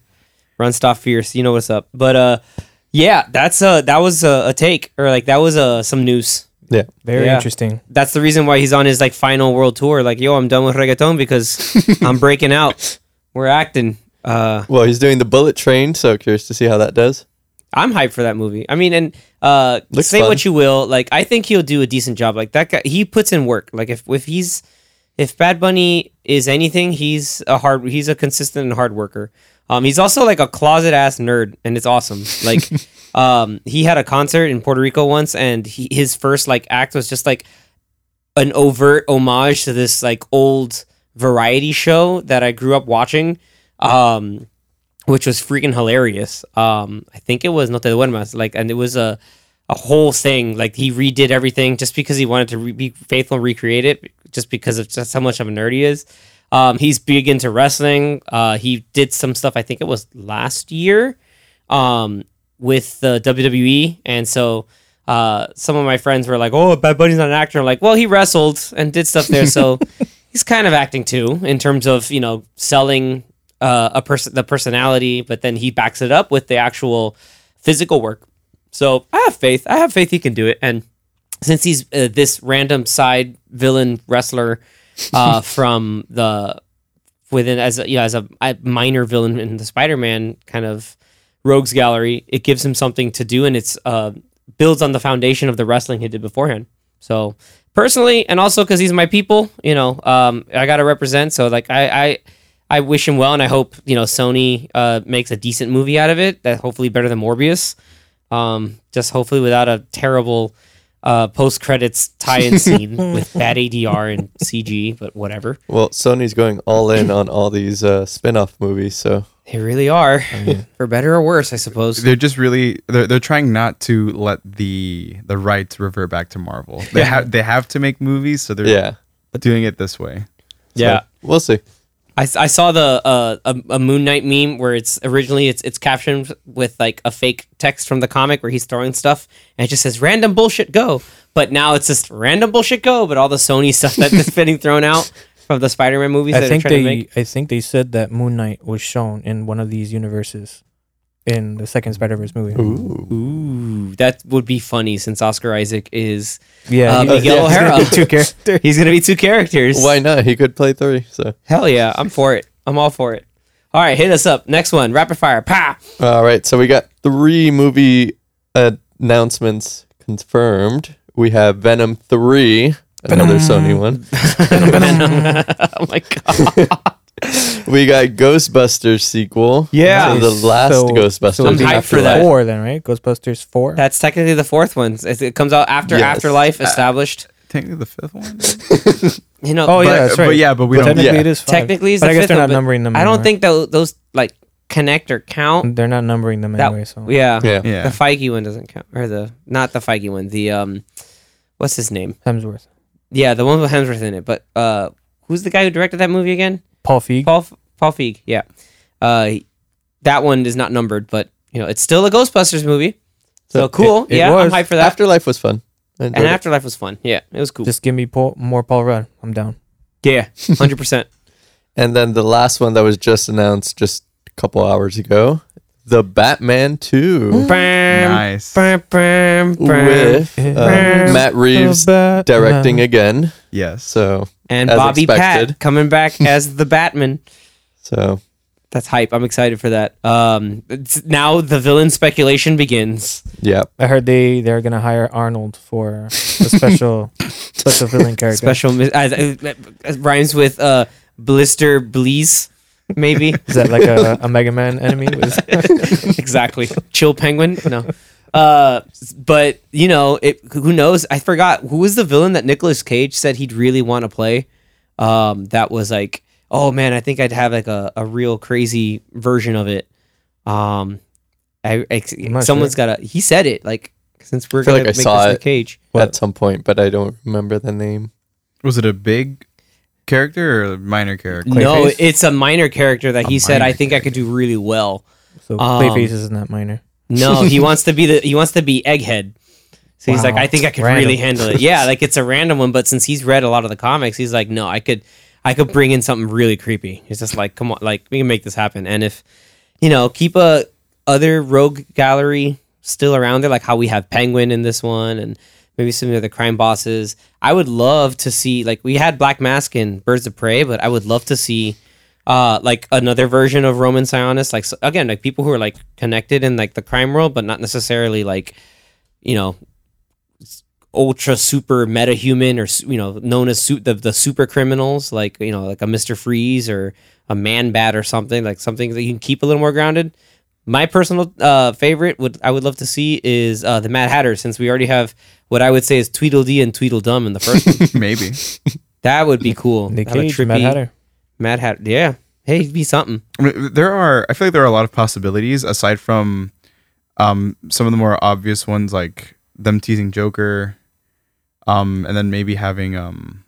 [SPEAKER 1] run stop fierce. You know what's up. But uh, yeah, that's uh that was a, a take or like that was uh, some news.
[SPEAKER 2] Yeah.
[SPEAKER 3] Very
[SPEAKER 1] Yeah.
[SPEAKER 3] interesting.
[SPEAKER 1] That's the reason why he's on his like final world tour. Like yo, I'm done with reggaeton because I'm breaking out. We're acting. Uh,
[SPEAKER 2] Well, he's doing the bullet train, so curious to see how that does.
[SPEAKER 1] I'm hyped for that movie. I mean, and uh,
[SPEAKER 2] Looks
[SPEAKER 1] say
[SPEAKER 2] fun.
[SPEAKER 1] what you will, like I think he'll do a decent job. Like that guy, he puts in work. Like if if he's if Bad Bunny is anything, he's a hard, he's a consistent and hard worker. Um, he's also like a closet ass nerd, and it's awesome. Like, um, he had a concert in Puerto Rico once, and he, his first like act was just like an overt homage to this like old variety show that I grew up watching, um, which was freaking hilarious. Um, I think it was Noche de Duermas, like, and it was a a whole thing. Like he redid everything just because he wanted to re- be faithful and recreate it, just because of just how much of a nerd he is. Um, he's big into wrestling. Uh, he did some stuff. I think it was last year um, with the WWE, and so uh, some of my friends were like, "Oh, Bad Bunny's not an actor." I'm like, "Well, he wrestled and did stuff there, so he's kind of acting too in terms of you know selling uh, a person the personality, but then he backs it up with the actual physical work." So I have faith. I have faith he can do it, and since he's uh, this random side villain wrestler uh, from the within as a, you know as a, a minor villain in the Spider-Man kind of rogues gallery, it gives him something to do, and it's uh, builds on the foundation of the wrestling he did beforehand. So personally, and also because he's my people, you know, um, I gotta represent. So like I. I I wish him well, and I hope you know Sony uh, makes a decent movie out of it. That hopefully better than Morbius. Um, just hopefully without a terrible uh, post credits tie in scene with bad ADR and CG, but whatever.
[SPEAKER 2] Well, Sony's going all in on all these uh, spin off movies, so
[SPEAKER 1] They really are, for better or worse, I suppose.
[SPEAKER 4] They're just really they're, they're trying not to let the the rights revert back to Marvel. They have they have to make movies, so they're
[SPEAKER 2] yeah.
[SPEAKER 4] doing it this way.
[SPEAKER 1] Yeah,
[SPEAKER 2] So, we'll see.
[SPEAKER 1] I, I saw the uh, a, a Moon Knight meme where it's originally it's it's captioned with like a fake text from the comic where he's throwing stuff and it just says random bullshit go, but now it's just random bullshit go, but all the Sony stuff that's getting thrown out from the Spider-Man movies.
[SPEAKER 3] I
[SPEAKER 1] that
[SPEAKER 3] think
[SPEAKER 1] are trying to
[SPEAKER 3] they
[SPEAKER 1] make.
[SPEAKER 3] I think they said that Moon Knight was shown in one of these universes in the second Spider Verse movie.
[SPEAKER 2] Ooh.
[SPEAKER 1] Ooh, that would be funny since Oscar Isaac is
[SPEAKER 3] Yeah,
[SPEAKER 1] Uh,
[SPEAKER 3] he-
[SPEAKER 1] Miguel
[SPEAKER 3] he's gonna
[SPEAKER 1] O'Hara.
[SPEAKER 3] be two characters.
[SPEAKER 1] He's gonna be two characters.
[SPEAKER 2] Why not? He could play three. So,
[SPEAKER 1] Hell yeah, I'm for it. I'm all for it. All right, hit us up. Next one, rapid fire. Pa.
[SPEAKER 2] all right. So we got three movie announcements confirmed. We have Venom three, another Sony one.
[SPEAKER 1] oh my god.
[SPEAKER 2] We got Ghostbusters sequel.
[SPEAKER 1] Yeah.
[SPEAKER 2] So the last
[SPEAKER 3] So-
[SPEAKER 2] Ghostbusters.
[SPEAKER 3] so it'd be
[SPEAKER 1] I'm hyped
[SPEAKER 2] after
[SPEAKER 1] for that.
[SPEAKER 3] Four, then right? Ghostbusters four.
[SPEAKER 1] That's technically the fourth one. It it comes out after
[SPEAKER 2] Yes. Uh,
[SPEAKER 1] Afterlife established.
[SPEAKER 4] Technically the fifth one.
[SPEAKER 1] You know.
[SPEAKER 3] oh yeah,
[SPEAKER 4] But-
[SPEAKER 3] that's right.
[SPEAKER 4] But yeah, but we
[SPEAKER 3] But
[SPEAKER 4] don't.
[SPEAKER 3] technically
[SPEAKER 2] yeah.
[SPEAKER 3] it is five.
[SPEAKER 1] Technically, it's
[SPEAKER 3] but
[SPEAKER 1] the
[SPEAKER 3] I guess
[SPEAKER 1] fifth
[SPEAKER 3] they're
[SPEAKER 1] one,
[SPEAKER 3] not
[SPEAKER 1] but
[SPEAKER 3] numbering them.
[SPEAKER 1] I don't
[SPEAKER 3] anymore.
[SPEAKER 1] think tho- those like connect or count.
[SPEAKER 3] they're not numbering them
[SPEAKER 1] That-
[SPEAKER 3] anyway. So
[SPEAKER 1] Yeah.
[SPEAKER 2] Yeah.
[SPEAKER 4] Yeah.
[SPEAKER 1] The Feige one doesn't count, or the not the Feige one. The um, what's his name?
[SPEAKER 3] Hemsworth,
[SPEAKER 1] Yeah, the one with Hemsworth in it. But uh, who's the guy who directed that movie again?
[SPEAKER 3] Paul Feig.
[SPEAKER 1] Paul F- Paul Feig, yeah. Uh, that one is not numbered, but you know it's still a Ghostbusters movie. So
[SPEAKER 2] So
[SPEAKER 1] cool,
[SPEAKER 3] it- it
[SPEAKER 1] yeah.
[SPEAKER 3] was.
[SPEAKER 1] I'm hyped for that.
[SPEAKER 2] Afterlife was fun. I enjoyed
[SPEAKER 1] and
[SPEAKER 2] it.
[SPEAKER 1] Afterlife was fun. Yeah, it was cool.
[SPEAKER 3] Just give me Paul, more Paul Rudd. I'm down.
[SPEAKER 1] yeah, hundred percent.
[SPEAKER 2] And then the last one that was just announced just a couple hours ago, The Batman 2
[SPEAKER 1] Bam,
[SPEAKER 4] Nice.
[SPEAKER 1] bam, bam, bam.
[SPEAKER 2] with uh, Matt Reeves directing again.
[SPEAKER 4] Yes.
[SPEAKER 2] So,
[SPEAKER 1] And
[SPEAKER 2] as
[SPEAKER 1] Bobby Pat
[SPEAKER 2] expected.
[SPEAKER 1] coming back as the Batman.
[SPEAKER 2] so
[SPEAKER 1] That's hype. I'm excited for that. Um, it's- now the villain speculation begins.
[SPEAKER 2] yeah.
[SPEAKER 3] I heard they they're gonna hire Arnold for a special special villain character.
[SPEAKER 1] Special mis- as, as, as rhymes with uh, blister bleeze, maybe.
[SPEAKER 3] Is that like a, a Mega Man enemy? Was-
[SPEAKER 1] exactly. Chill penguin. No. Uh, but you know, it. Who knows? I forgot who was the villain that Nicolas Cage said he'd really want to play. Um, that was like, oh man, I think I'd have like a, a real crazy version of it. Um, I, I
[SPEAKER 3] not
[SPEAKER 1] someone's
[SPEAKER 3] sure.
[SPEAKER 1] gotta. He said it like since we're
[SPEAKER 2] I feel
[SPEAKER 1] gonna
[SPEAKER 2] like I
[SPEAKER 1] make
[SPEAKER 2] saw
[SPEAKER 1] this
[SPEAKER 2] it.
[SPEAKER 1] the Cage.
[SPEAKER 2] At some point, but I don't remember the name.
[SPEAKER 4] Was it a big character or a minor character?
[SPEAKER 1] No,
[SPEAKER 3] Clayface?
[SPEAKER 1] it's a minor character that
[SPEAKER 4] A
[SPEAKER 1] he said
[SPEAKER 4] minor
[SPEAKER 1] I think I could do really well.
[SPEAKER 3] so
[SPEAKER 1] Um,
[SPEAKER 3] Clayface is not minor.
[SPEAKER 1] No, he wants to be the he wants to be Egghead. So he's like,
[SPEAKER 3] Wow.
[SPEAKER 1] I think I could
[SPEAKER 3] Random.
[SPEAKER 1] really handle it. Yeah, like it's a random one, but since he's read a lot of the comics, he's like, no, I could, I could bring in something really creepy. He's just like, come on, like we can make this happen. And if you know, keep a other rogue gallery still around there, like how we have Penguin in this one, and maybe some of the crime bosses. I would love to see, like we had Black Mask in Birds of Prey, but I would love to see uh, like another version of Roman psionists. Like s- again, like people who are like connected in like the crime world, but not necessarily like you know s- ultra super meta human or s- you know known as su- the the super criminals. Like you know like a Mister Freeze or a Man Bat or something like something that you can keep a little more grounded. My personal uh, favorite would I would love to see is uh, the Mad Hatter since we already have what I would say is Tweedledee and Tweedledum in the first one.
[SPEAKER 4] Maybe.
[SPEAKER 1] That would be cool.
[SPEAKER 3] Nick
[SPEAKER 1] Have a
[SPEAKER 3] Cage, Mad
[SPEAKER 1] trippy-
[SPEAKER 3] Hatter.
[SPEAKER 1] Mad Hatter. Yeah. Hey, he'd be something.
[SPEAKER 4] I mean, there are i feel like there are a lot of possibilities aside from um some of the more obvious ones like them teasing joker um and then maybe having um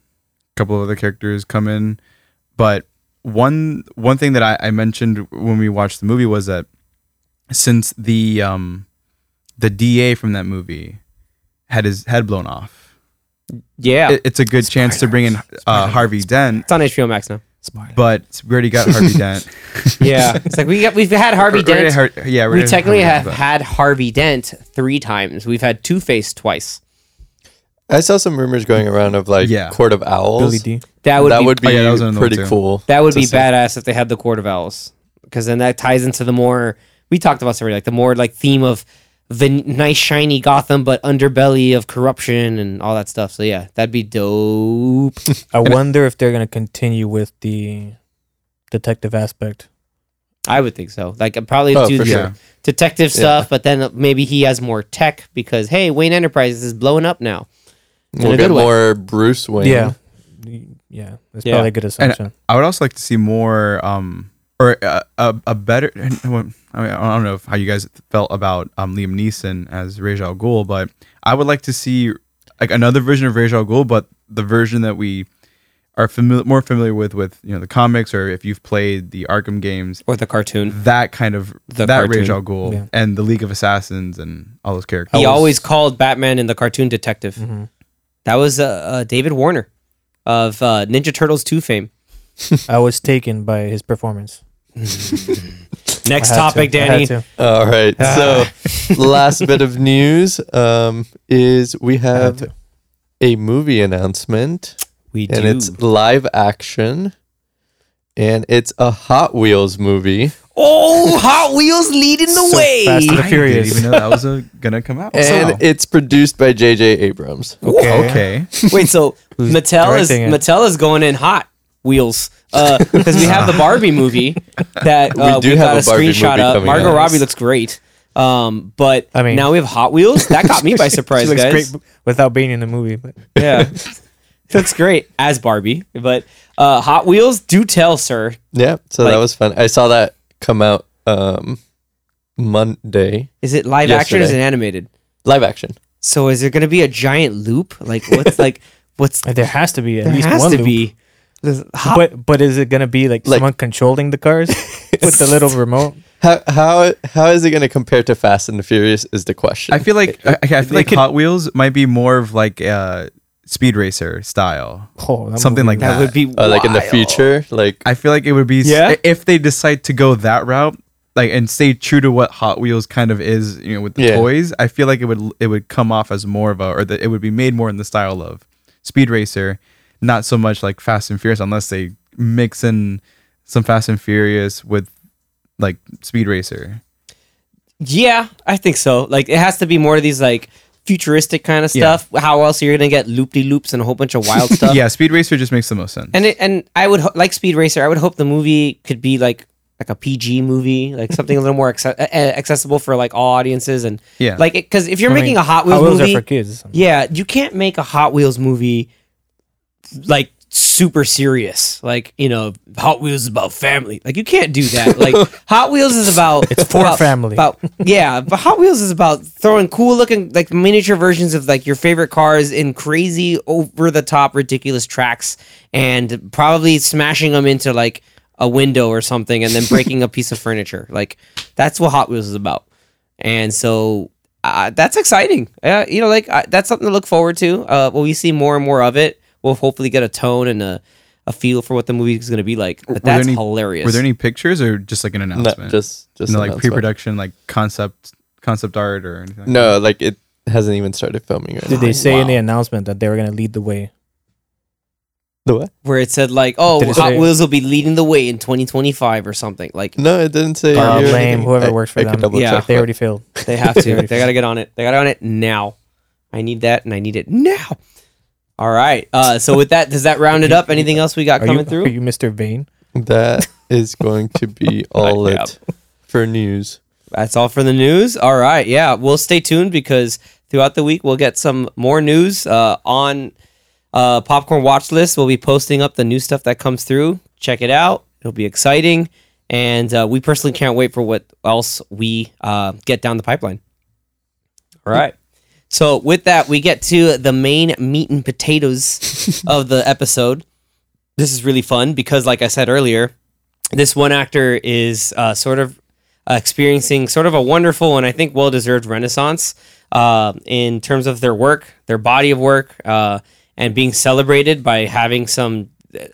[SPEAKER 4] a couple of other characters come in but one one thing that i, I mentioned when we watched the movie was that since the um the da from that movie had his head blown off
[SPEAKER 1] Yeah.
[SPEAKER 4] it- it's a good chance to bring in uh, harvey dent
[SPEAKER 1] it's on HBO Max now.
[SPEAKER 4] but we already got harvey dent
[SPEAKER 1] Yeah. it's like we got, we've had Harvey
[SPEAKER 4] Or- or
[SPEAKER 1] Dent.
[SPEAKER 4] Har- yeah
[SPEAKER 1] we
[SPEAKER 4] already
[SPEAKER 1] technically
[SPEAKER 4] Harvey
[SPEAKER 1] have
[SPEAKER 4] Dent.
[SPEAKER 1] had Harvey Dent three times. We've had Two Face twice.
[SPEAKER 2] I saw some rumors going around of like
[SPEAKER 4] Yeah.
[SPEAKER 2] Court of Owls.
[SPEAKER 3] Billy D.
[SPEAKER 1] That would
[SPEAKER 2] that
[SPEAKER 1] be
[SPEAKER 2] would be
[SPEAKER 4] Oh, yeah, that was another one
[SPEAKER 2] pretty
[SPEAKER 4] too.
[SPEAKER 2] cool.
[SPEAKER 1] that would
[SPEAKER 2] to
[SPEAKER 1] be
[SPEAKER 2] see.
[SPEAKER 1] badass if they had the Court of Owls because then that ties into the more we talked about this already, like the more like theme of the nice shiny Gotham but underbelly of corruption and all that stuff. So yeah, that'd be dope.
[SPEAKER 3] I wonder if they're gonna continue with the detective aspect.
[SPEAKER 1] I would think so. Like I'd probably
[SPEAKER 2] Oh,
[SPEAKER 1] do
[SPEAKER 2] for
[SPEAKER 1] the
[SPEAKER 2] sure.
[SPEAKER 1] detective
[SPEAKER 2] Yeah.
[SPEAKER 1] stuff, but then maybe he has more tech because hey, Wayne Enterprises is blowing up now. in a
[SPEAKER 2] We'll
[SPEAKER 1] good
[SPEAKER 2] get
[SPEAKER 1] way.
[SPEAKER 2] more Bruce Wayne.
[SPEAKER 3] Yeah, yeah, that's
[SPEAKER 1] Yeah. uh,
[SPEAKER 3] probably a good assumption.
[SPEAKER 4] I would also like to see more, um, or uh, a, a better. I mean, I don't know if how you guys felt about um, Liam Neeson as Ra's al Ghul, but I would like to see like another version of Ra's al Ghul, but the version that we are familiar, more familiar with, with you know the comics, or if you've played the Arkham games,
[SPEAKER 1] Or the cartoon.
[SPEAKER 4] that kind of
[SPEAKER 1] The
[SPEAKER 4] that Ra's
[SPEAKER 1] cartoon.
[SPEAKER 4] al Ghul
[SPEAKER 3] Yeah.
[SPEAKER 4] and the League of Assassins and all those characters.
[SPEAKER 1] He always called Batman in the cartoon detective.
[SPEAKER 3] Mm-hmm.
[SPEAKER 1] That was uh, uh, David Warner of uh, Ninja Turtles 2 fame.
[SPEAKER 3] I was taken by his performance.
[SPEAKER 1] Next
[SPEAKER 3] I had
[SPEAKER 1] topic,
[SPEAKER 3] to. I had
[SPEAKER 1] Danny.
[SPEAKER 3] to.
[SPEAKER 2] All right.
[SPEAKER 4] Ah.
[SPEAKER 2] So, last bit of news um, is we have a movie announcement,
[SPEAKER 1] We
[SPEAKER 2] and
[SPEAKER 1] do.
[SPEAKER 2] it's live action, and it's a Hot Wheels movie.
[SPEAKER 1] oh, Hot Wheels leading the
[SPEAKER 3] So
[SPEAKER 1] way.
[SPEAKER 3] fast and
[SPEAKER 4] I didn't
[SPEAKER 3] furious.
[SPEAKER 4] even know that was uh, gonna come out.
[SPEAKER 2] And
[SPEAKER 4] Wow.
[SPEAKER 2] it's produced by J.J. Abrams.
[SPEAKER 3] Okay.
[SPEAKER 4] okay,
[SPEAKER 1] Wait, so Mattel is
[SPEAKER 3] directing it?
[SPEAKER 1] Mattel is going in hot wheels because we have the Barbie movie that uh, we,
[SPEAKER 2] do have
[SPEAKER 1] got a,
[SPEAKER 2] a Barbie
[SPEAKER 1] screenshot
[SPEAKER 2] movie
[SPEAKER 1] of.
[SPEAKER 2] coming
[SPEAKER 1] Margot
[SPEAKER 2] out.
[SPEAKER 1] Robbie looks great, um, but
[SPEAKER 3] I mean-
[SPEAKER 1] now we have Hot Wheels. That caught me by surprise,
[SPEAKER 3] she looks
[SPEAKER 1] guys.
[SPEAKER 3] great b- without being in the movie. But
[SPEAKER 1] Yeah, looks great as Barbie, but uh, Hot Wheels. Do tell, sir.
[SPEAKER 2] Yeah. So that
[SPEAKER 1] Like-
[SPEAKER 2] was fun. I saw that come out um, Monday.
[SPEAKER 1] Is it live action or is it
[SPEAKER 2] Yesterday.
[SPEAKER 1] animated?
[SPEAKER 2] Live action.
[SPEAKER 1] So is there going to be a giant loop? Like what's like what's
[SPEAKER 3] there has to be at
[SPEAKER 1] there
[SPEAKER 3] least
[SPEAKER 1] has
[SPEAKER 3] one
[SPEAKER 1] to
[SPEAKER 3] loop.
[SPEAKER 1] be. There's Hot
[SPEAKER 3] But but is it gonna be like,
[SPEAKER 2] Like-
[SPEAKER 3] someone controlling the cars with the little remote?
[SPEAKER 2] How how how is it going to compare to Fast and the Furious? Is the question.
[SPEAKER 4] I feel like I, I feel like
[SPEAKER 3] could-
[SPEAKER 4] Hot Wheels might be more of like uh, Speed Racer style.
[SPEAKER 3] Oh, that
[SPEAKER 4] Something like
[SPEAKER 3] movie
[SPEAKER 1] that
[SPEAKER 4] that.
[SPEAKER 1] would be
[SPEAKER 2] Uh, like in the
[SPEAKER 1] wild.
[SPEAKER 2] future, like
[SPEAKER 4] I feel like it would be s-
[SPEAKER 1] Yeah?
[SPEAKER 4] if they decide to go that route, like and stay true to what Hot Wheels kind of is, you know, with the
[SPEAKER 2] Yeah.
[SPEAKER 4] toys. I feel like it would it would come off as more of a, or that it would be made more in the style of Speed Racer, not so much like Fast and Furious, unless they mix in some Fast and Furious with like Speed Racer.
[SPEAKER 1] Yeah, I think so. Like it has to be more of these like futuristic kind of stuff. How else are you gonna get loop de loops and a whole bunch of wild stuff?
[SPEAKER 4] yeah, Speed Racer just makes the most sense.
[SPEAKER 1] And it, and I would ho- like Speed Racer. I would hope the movie could be like like a PG movie, like something a little more acce- uh, accessible for like all audiences and
[SPEAKER 4] Yeah.
[SPEAKER 1] like because if you're
[SPEAKER 3] I mean,
[SPEAKER 1] making a Hot Wheels,
[SPEAKER 3] are
[SPEAKER 1] movie,
[SPEAKER 3] for kids.
[SPEAKER 1] yeah, you can't make a Hot Wheels movie like super serious. Like, you know, Hot Wheels is about family. Like you can't do that. Like Hot Wheels is about It's
[SPEAKER 3] for family.
[SPEAKER 1] About, yeah, but Hot Wheels is about throwing cool looking like miniature versions of like your favorite cars in crazy over the top ridiculous tracks and probably smashing them into like a window or something and then breaking a piece of furniture. Like that's what Hot Wheels is about and so uh, that's exciting. Uh, you know, like I that's something to look forward to. Uh, when we see more and more of it, we'll hopefully get a tone and a, a feel for what the movie is going to be like.
[SPEAKER 4] Were
[SPEAKER 1] But
[SPEAKER 4] there
[SPEAKER 1] that's
[SPEAKER 4] any-
[SPEAKER 1] hilarious.
[SPEAKER 4] Were there any pictures or just like an
[SPEAKER 2] no,
[SPEAKER 4] announcement?
[SPEAKER 2] just just
[SPEAKER 4] no, like
[SPEAKER 2] announcement.
[SPEAKER 4] pre-production, like concept concept art or anything. like that?
[SPEAKER 2] No, like it hasn't even started filming. Or
[SPEAKER 3] Did
[SPEAKER 2] anything.
[SPEAKER 3] they say in the
[SPEAKER 1] wow.
[SPEAKER 3] announcement that they were gonna lead the way?
[SPEAKER 2] The what?
[SPEAKER 1] where it said like, "Oh,
[SPEAKER 3] Did it
[SPEAKER 1] Hot
[SPEAKER 3] say-
[SPEAKER 1] Wheels will be leading the way in 2025" or something. Like
[SPEAKER 2] No, it didn't say.
[SPEAKER 3] Uh,
[SPEAKER 2] year or
[SPEAKER 3] blame
[SPEAKER 2] anything.
[SPEAKER 3] whoever
[SPEAKER 2] I-
[SPEAKER 3] works for
[SPEAKER 2] I
[SPEAKER 3] them.
[SPEAKER 2] Could double
[SPEAKER 1] Yeah.
[SPEAKER 2] check,
[SPEAKER 3] They
[SPEAKER 2] but-
[SPEAKER 3] already failed.
[SPEAKER 1] they have to. they got to get on it. They got to on it now. I need that, and I need it now. All right. Uh, so with that, does that round it up? Anything else we got
[SPEAKER 3] Are
[SPEAKER 1] coming
[SPEAKER 3] you,
[SPEAKER 1] through?
[SPEAKER 3] Are you Mr. Vane?
[SPEAKER 2] That is going to be all
[SPEAKER 1] Yeah.
[SPEAKER 2] it for news.
[SPEAKER 1] That's all for the news. All right. Yeah. We'll stay tuned because throughout the week, we'll get some more news uh, on uh, Popcorn Watch List. We'll be posting up the new stuff that comes through. Check it out. It'll be exciting. And uh, we personally can't wait for what else we uh, get down the pipeline. All right. So, with that, we get to the main meat and potatoes of the episode. This is really fun because, like I said earlier, this one actor is uh, sort of uh, experiencing sort of a wonderful and I think well deserved renaissance uh, in terms of their work, their body of work, uh, and being celebrated by having some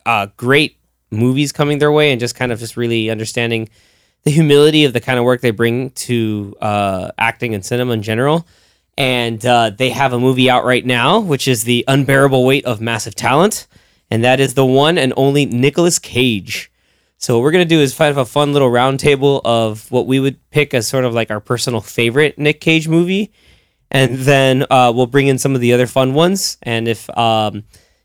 [SPEAKER 1] uh, great movies coming their way and just kind of just really understanding the humility of the kind of work they bring to uh, acting and cinema in general. And uh, they have a movie out right now, which is The Unbearable Weight of Massive Talent. And that is the one and only Nicolas Cage. So what we're gonna do is kind of a fun little roundtable of what we would pick as sort of like our personal favorite Nick Cage movie, and then uh, we'll bring in some of the other fun ones. And if um,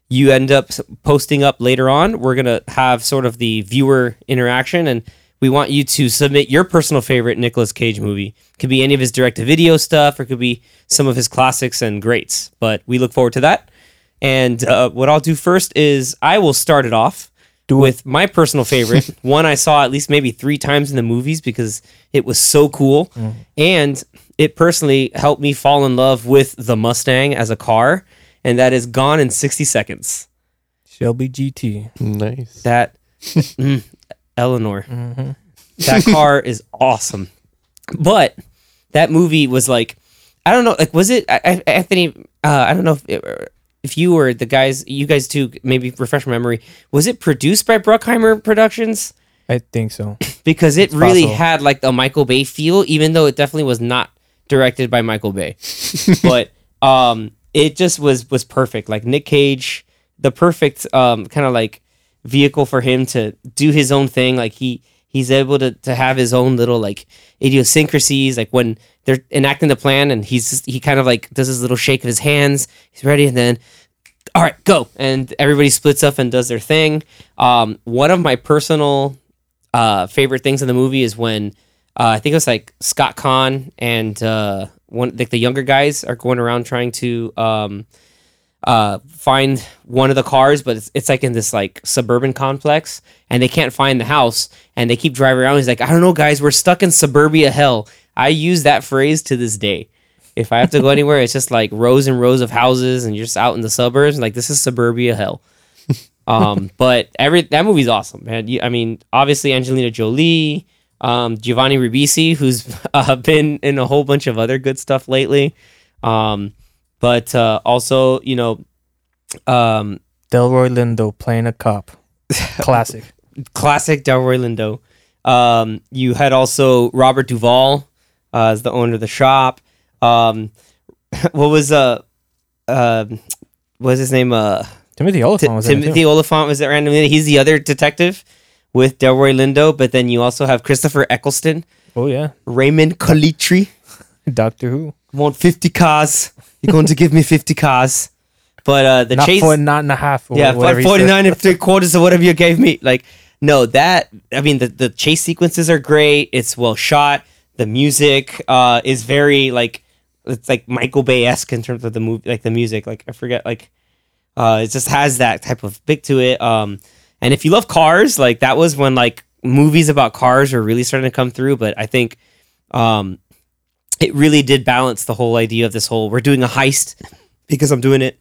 [SPEAKER 1] you end up s- posting up later on, we're gonna have sort of the viewer interaction, and we want you to submit your personal favorite Nicolas Cage movie. could be any of his direct-to-video stuff, or it could be some of his classics and greats. But we look forward to that. And uh, what I'll do first is I will start it off with my personal favorite, one I saw at least maybe three times in the movies because it was so cool. And it personally helped me fall in love with the Mustang as a car. And that is Gone in 60 Seconds.
[SPEAKER 3] Shelby GT.
[SPEAKER 2] Nice.
[SPEAKER 1] That, Mm, Eleanor, that car is awesome. But that movie was like, I don't know, like, was it, I, I, Anthony, uh, I don't know if, it, if you or the guys, you guys too, maybe refresh my memory, was it produced by Bruckheimer Productions?
[SPEAKER 3] I think so.
[SPEAKER 1] because it really
[SPEAKER 3] possible.
[SPEAKER 1] had like a Michael Bay feel, even though it definitely was not directed by Michael Bay. but um, it just was was perfect. Like Nick Cage, the perfect um, kind of like vehicle for him to do his own thing. Like he he's able to to have his own little like idiosyncrasies. Like when they're enacting the plan, and he's just, he kind of like does his little shake of his hands. He's ready, and then all right, go. And everybody splits up and does their thing. Um, one of my personal uh, favorite things in the movie is when uh, I think it was like Scott Kahn and uh, one like the younger guys are going around trying to um, uh, find one of the cars, but it's, it's like in this like suburban complex, and they can't find the house, and they keep driving around. He's like, I don't know, guys, we're stuck in suburbia hell. I use that phrase to this day. If I have to go anywhere, it's just like rows and rows of houses, and you're just out in the suburbs. Like this is suburbia hell. Um, but every that movie's awesome, man. You, I mean, obviously Angelina Jolie, um, Giovanni Ribisi, who's uh, been in a whole bunch of other good stuff lately. Um, but uh, also, you know, um,
[SPEAKER 3] Delroy Lindo playing a cop. Classic.
[SPEAKER 1] classic Delroy Lindo. Um, you had also Robert Duvall uh, as the owner of the shop. Um, what was uh, uh, what was his name? Uh,
[SPEAKER 3] Timothy
[SPEAKER 1] Ti-
[SPEAKER 3] Oliphant was in Oh, it,
[SPEAKER 1] Timothy
[SPEAKER 3] too.
[SPEAKER 1] Oliphant was at random. He's the other detective with Delroy Lindo, but then you also have Christopher Eccleston,
[SPEAKER 3] Oh yeah,
[SPEAKER 1] Raymond Calitri.
[SPEAKER 3] Doctor Who.
[SPEAKER 1] Want fifty cars? You're going to give me fifty cars? But uh, the
[SPEAKER 3] not
[SPEAKER 1] chase,
[SPEAKER 3] for not and a half. Or
[SPEAKER 1] yeah,
[SPEAKER 3] yeah, whatever he said.
[SPEAKER 1] forty nine and three quarters or whatever you gave me. Like, no, that I mean the the chase sequences are great. It's well shot. The music uh, is very like it's like Michael Bay esque in terms of the movie, like the music. Like I forget, like uh, it just has that type of big to it. Um, and if you love cars, like that was when like movies about cars were really starting to come through. But I think um, it really did balance the whole idea of this whole we're doing a heist because I'm doing it.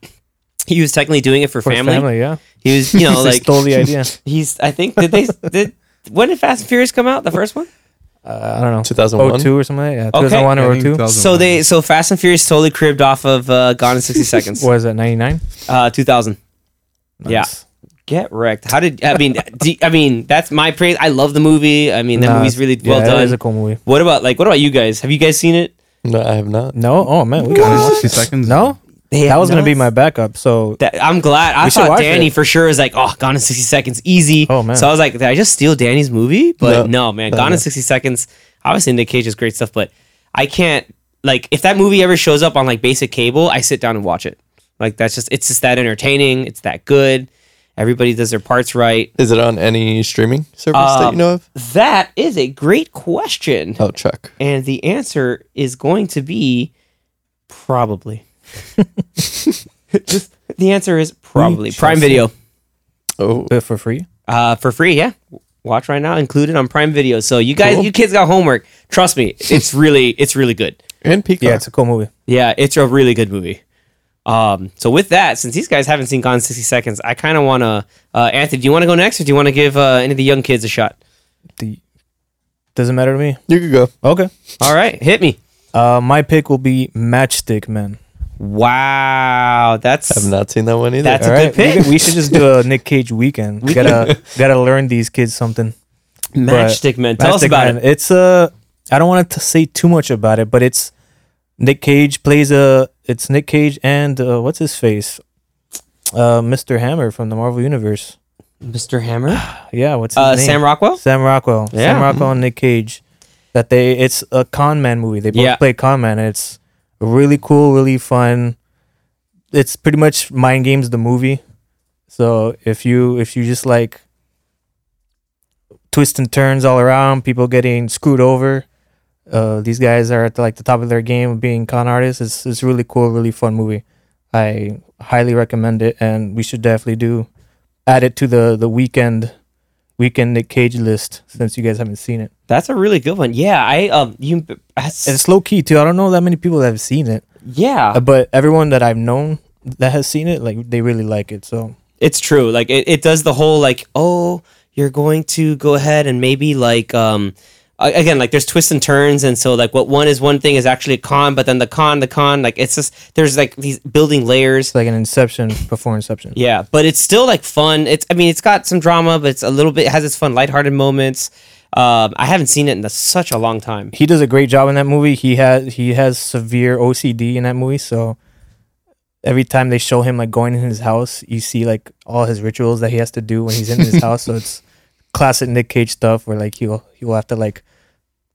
[SPEAKER 1] He was technically doing it for,
[SPEAKER 3] for family.
[SPEAKER 1] family.
[SPEAKER 3] yeah.
[SPEAKER 1] He was, you know,
[SPEAKER 3] they
[SPEAKER 1] like
[SPEAKER 3] stole the idea.
[SPEAKER 1] he's. I think did they did when did Fast and Furious come out? The first one.
[SPEAKER 3] Uh, I don't know.
[SPEAKER 2] 2001?
[SPEAKER 3] 02 or something. Like that. Yeah,
[SPEAKER 1] Okay.
[SPEAKER 3] 2001
[SPEAKER 4] I
[SPEAKER 3] or
[SPEAKER 4] think
[SPEAKER 3] 02.
[SPEAKER 4] 2001.
[SPEAKER 1] So they so Fast and Furious totally cribbed off of uh, Gone in sixty seconds.
[SPEAKER 3] What is that? 99.
[SPEAKER 1] Uh, two thousand. Yeah.
[SPEAKER 3] Nice.
[SPEAKER 1] Get wrecked. How did I mean? do, I mean that's my praise. I love the movie. I mean the
[SPEAKER 3] Nah,
[SPEAKER 1] movie's really
[SPEAKER 3] Uh, yeah,
[SPEAKER 1] well
[SPEAKER 3] It
[SPEAKER 1] done.
[SPEAKER 3] is a cool movie.
[SPEAKER 1] what about like what about you guys? Have you guys seen it?
[SPEAKER 2] No, I have not.
[SPEAKER 3] No, oh man, we
[SPEAKER 4] Gone in
[SPEAKER 3] got
[SPEAKER 4] 60 seconds.
[SPEAKER 3] No,
[SPEAKER 1] They
[SPEAKER 3] that
[SPEAKER 1] have
[SPEAKER 3] was going to
[SPEAKER 1] not-
[SPEAKER 3] be my backup. So
[SPEAKER 1] That- I'm glad. I
[SPEAKER 3] We should
[SPEAKER 1] thought
[SPEAKER 3] watch
[SPEAKER 1] Danny
[SPEAKER 3] it.
[SPEAKER 1] for sure is like, oh, Gone in 60 Seconds, easy.
[SPEAKER 3] Oh, man.
[SPEAKER 1] So I was like, did I just steal Danny's movie? But no,
[SPEAKER 2] No.
[SPEAKER 1] man,
[SPEAKER 2] No,
[SPEAKER 1] Gone
[SPEAKER 2] no.
[SPEAKER 1] in 60 Seconds, obviously Nick Cage is great stuff, but I can't, like, if that movie ever shows up on like basic cable, I sit down and watch it. Like, that's just, it's just that entertaining. It's that good. Everybody does their parts right.
[SPEAKER 2] Is it on any streaming service that
[SPEAKER 1] Um,
[SPEAKER 2] you know of?
[SPEAKER 1] That is a great question.
[SPEAKER 2] Oh, Chuck.
[SPEAKER 1] And the answer is going to be probably. Just the answer is probably
[SPEAKER 3] shall
[SPEAKER 1] Prime
[SPEAKER 3] see.
[SPEAKER 1] Video
[SPEAKER 2] Oh,
[SPEAKER 3] do it for free.
[SPEAKER 1] uh, for free. Yeah, watch right now, included on Prime Video. So you guys, you kids got homework. Trust me, it's really, it's really good.
[SPEAKER 2] and Peacock.
[SPEAKER 3] Yeah, it's a cool movie.
[SPEAKER 1] Yeah, it's a really good movie. Um, so with that, since these guys haven't seen Gone in sixty seconds, I kind of want to. Uh, Anthony, do you want to go next, or do you want to give uh, any of the young kids a shot?
[SPEAKER 3] The doesn't matter to me.
[SPEAKER 2] you could go.
[SPEAKER 3] Okay.
[SPEAKER 1] All right, hit me.
[SPEAKER 3] Uh, my pick will be Matchstick Men.
[SPEAKER 1] Wow, that's
[SPEAKER 2] I've not seen that one either.
[SPEAKER 1] That's a
[SPEAKER 3] All
[SPEAKER 1] good
[SPEAKER 3] we
[SPEAKER 1] pick.
[SPEAKER 3] could- We, should just do a Nick Cage weekend. We gotta gotta learn these kids something.
[SPEAKER 1] Matchstick Man. Tell us
[SPEAKER 3] Matchstick
[SPEAKER 1] about
[SPEAKER 3] Men.
[SPEAKER 1] it.
[SPEAKER 3] It's a. I don't want to say too much about it, but it's Nick Cage plays a. It's Nick Cage and uh, what's his face, uh, Mr. Hammer from the Marvel Universe.
[SPEAKER 1] Mr. Hammer,
[SPEAKER 3] Yeah, what's his
[SPEAKER 1] uh,
[SPEAKER 3] name?
[SPEAKER 1] Sam Rockwell.
[SPEAKER 3] Sam Rockwell.
[SPEAKER 1] Yeah.
[SPEAKER 3] Sam Rockwell and Nick Cage. That they it's a con man movie. They both
[SPEAKER 1] Yeah.
[SPEAKER 3] play con man. and It's really cool, really fun. It's pretty much mind games the movie. So if you if you just like twists and turns all around, people getting screwed over. Uh, these guys are at like the top of their game of being con artists. It's it's really cool, really fun movie. I highly recommend it, and we should definitely do add it to the the weekend weekend Nick Cage list since you guys haven't seen it.
[SPEAKER 1] That's a really good one. Yeah, I um, you.
[SPEAKER 3] And it's low key too. I don't know that many people that have seen it,
[SPEAKER 1] Yeah,
[SPEAKER 3] uh, but everyone that I've known that has seen it, like they really like it. So
[SPEAKER 1] it's true like it, it does the whole like oh you're going to go ahead and maybe like um a- again like there's twists and turns and so like what one is one thing is actually a con but then the con the con like it's just there's like these building layers
[SPEAKER 3] it's like an Inception before Inception.
[SPEAKER 1] yeah but it's still like fun it's i mean it's got some drama but it's a little bit it has its fun lighthearted moments um i haven't seen it in the, such a long time
[SPEAKER 3] He does a great job in that movie. He has he has severe OCD in that movie, so every time they show him like going in his house, you see like all his rituals that he has to do when he's in his house. So it's classic Nick Cage stuff where like he'll he'll have to like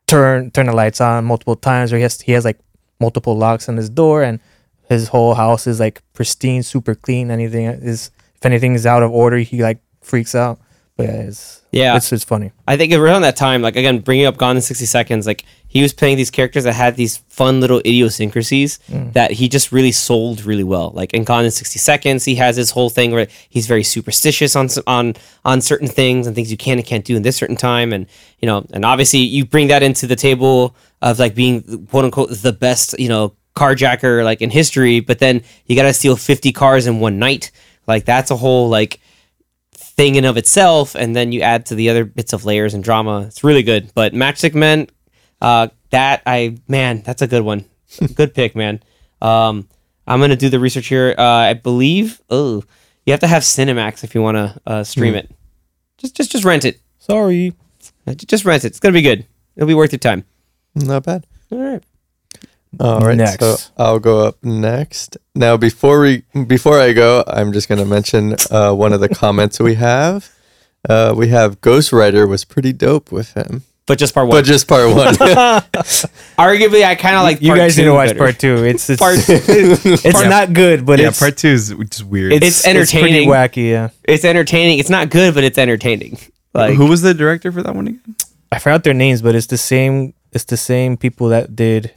[SPEAKER 3] turn turn the lights on multiple times, or he has he has like multiple locks on his door, and his whole house is like pristine, super clean. Anything is if anything is out of order, he like freaks out. But yeah, it's
[SPEAKER 1] Yeah.
[SPEAKER 3] it's it's funny.
[SPEAKER 1] I think around that time, like again, bringing up Gone in sixty seconds, like he was playing these characters that had these fun little idiosyncrasies that he just really sold really well. Like in Gone in sixty seconds, he has this whole thing where he's very superstitious on s- on on certain things and things you can and can't do in this certain time, and you know, and obviously you bring that into the table of like being quote unquote the best, you know, carjacker like in history, but then you got to steal fifty cars in one night. Like that's a whole like thing in of itself, and then you add to the other bits of layers and drama. It's really good. But Matchstick Men, uh, that I man, that's a good one. good pick, man. Um, I'm gonna do the research here. Uh, I believe. Oh, you have to have Cinemax if you want to uh, stream
[SPEAKER 3] Hmm.
[SPEAKER 1] it. Just, just, just rent it.
[SPEAKER 3] Sorry.
[SPEAKER 1] Uh, j- Just rent it. It's gonna be good. It'll be worth your time.
[SPEAKER 2] Not bad.
[SPEAKER 1] All right.
[SPEAKER 2] All right, so
[SPEAKER 3] Next.
[SPEAKER 2] I'll go up next. Now, before we before I go, I'm just going to mention uh, one of the comments we have. Uh, we have Ghost Rider was pretty dope with him,
[SPEAKER 1] But just part one.
[SPEAKER 2] but just part one.
[SPEAKER 1] Arguably, I kind of like.
[SPEAKER 3] You
[SPEAKER 1] part
[SPEAKER 3] guys need
[SPEAKER 1] two
[SPEAKER 3] to watch
[SPEAKER 1] better.
[SPEAKER 3] part two. It's it's,
[SPEAKER 1] Part.
[SPEAKER 3] it's not good, but
[SPEAKER 4] yeah,
[SPEAKER 3] it's
[SPEAKER 4] part two is just weird.
[SPEAKER 1] It's entertaining.
[SPEAKER 3] pretty wacky, yeah.
[SPEAKER 1] it's entertaining. It's not good, but it's entertaining. Like
[SPEAKER 4] Who was the director for that one again?
[SPEAKER 3] I forgot their names, but it's the same. It's the same people that did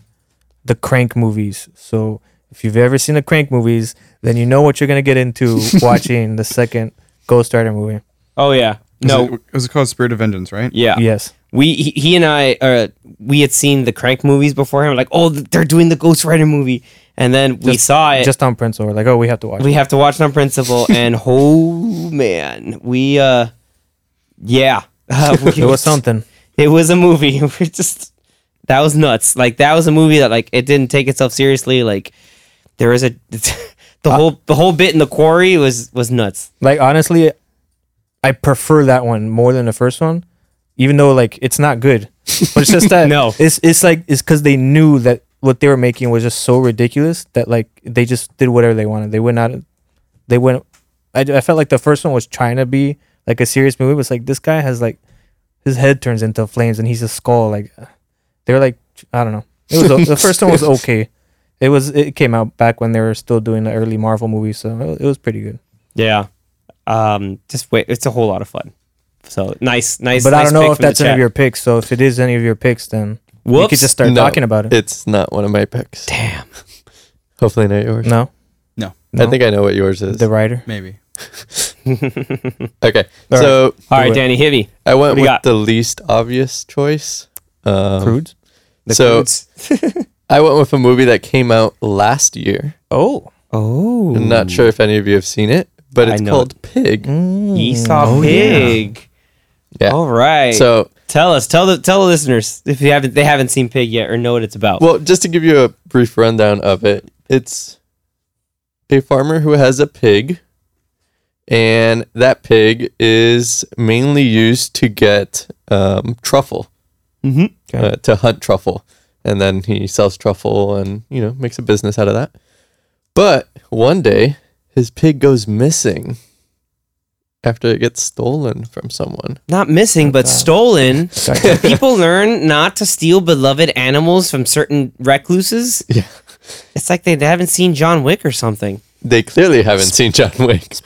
[SPEAKER 3] the Crank movies. So if you've ever seen the Crank movies, then you know what you're gonna get into watching the second Ghost Rider movie.
[SPEAKER 1] Oh yeah. No.
[SPEAKER 4] Was it, was it called Spirit of Vengeance, right?
[SPEAKER 1] yeah.
[SPEAKER 3] Yes,
[SPEAKER 1] we he, he and I uh, we had seen the Crank movies before him. Like, oh, they're doing the Ghost Rider movie, and then we saw it.
[SPEAKER 3] just on principle. We're like, oh, eh. we have to watch.
[SPEAKER 1] we have to watch it on principle, and oh man, we uh, yeah, uh, we-
[SPEAKER 3] it. It was something.
[SPEAKER 1] it was a movie. We're just that was nuts. Like that was a movie that like it didn't take itself seriously. Like there was a the
[SPEAKER 3] Uh,
[SPEAKER 1] whole the whole bit in the quarry was was nuts.
[SPEAKER 3] Like honestly, I prefer that one more than the first one, even though like it's not good. But it's just that
[SPEAKER 1] No.
[SPEAKER 3] it's it's like it's because they knew that what they were making was just so ridiculous that like they just did whatever they wanted. They went out. They went. I, I felt like the first one was trying to be like a serious movie. It was like this guy has like his head turns into flames and he's a skull. Like they were like I don't know. It was the first one was okay. It was it came out back when they were still doing the early Marvel movies, so it, it was pretty good.
[SPEAKER 1] Yeah. Um, just wait. It's a whole lot of fun. So nice, nice.
[SPEAKER 3] but I
[SPEAKER 1] nice
[SPEAKER 3] don't know
[SPEAKER 1] pick
[SPEAKER 3] if
[SPEAKER 1] from the
[SPEAKER 3] that's any
[SPEAKER 1] chat.
[SPEAKER 3] of your picks. So if it is any of your picks, then we could
[SPEAKER 1] Whoops.
[SPEAKER 3] just start
[SPEAKER 2] No.
[SPEAKER 3] talking about it.
[SPEAKER 2] It's not one of my picks.
[SPEAKER 1] Damn.
[SPEAKER 2] Hopefully not yours.
[SPEAKER 3] no,
[SPEAKER 4] No.
[SPEAKER 2] I think I know what yours is.
[SPEAKER 3] the writer.
[SPEAKER 4] Maybe.
[SPEAKER 2] okay.
[SPEAKER 3] All right.
[SPEAKER 2] So
[SPEAKER 1] All
[SPEAKER 3] Do
[SPEAKER 1] right,
[SPEAKER 3] it.
[SPEAKER 1] Danny Hibby.
[SPEAKER 2] I went
[SPEAKER 1] do you
[SPEAKER 2] with
[SPEAKER 1] got?
[SPEAKER 2] the least obvious choice. Um,
[SPEAKER 3] Crudes.
[SPEAKER 1] The
[SPEAKER 2] So-
[SPEAKER 1] Croods.
[SPEAKER 2] I went with a movie that came out last year.
[SPEAKER 3] Oh,
[SPEAKER 1] oh,
[SPEAKER 2] I'm not sure if any of you have seen it, but
[SPEAKER 1] I
[SPEAKER 2] it's
[SPEAKER 1] know Mm.
[SPEAKER 2] called Pig.
[SPEAKER 3] Mm.
[SPEAKER 1] Esau
[SPEAKER 4] Oh, yeah.
[SPEAKER 1] Pig.
[SPEAKER 2] Yeah.
[SPEAKER 1] All right. So
[SPEAKER 2] So,
[SPEAKER 1] tell us, tell the tell the listeners if you haven't they haven't seen Pig yet or know what it's about.
[SPEAKER 2] well, just to give you a brief rundown of it, it's a farmer who has a pig, and that pig is mainly used to get um, truffle,
[SPEAKER 1] Mhm.
[SPEAKER 2] uh, to hunt truffle. And then he sells truffle and, you know, makes a business out of that. But one day, his pig goes missing after it gets stolen from someone.
[SPEAKER 1] not missing, but stolen. People learn not to steal beloved animals from certain recluses.
[SPEAKER 2] Yeah.
[SPEAKER 1] It's like they haven't seen John Wick or something.
[SPEAKER 2] they clearly haven't seen John Wick.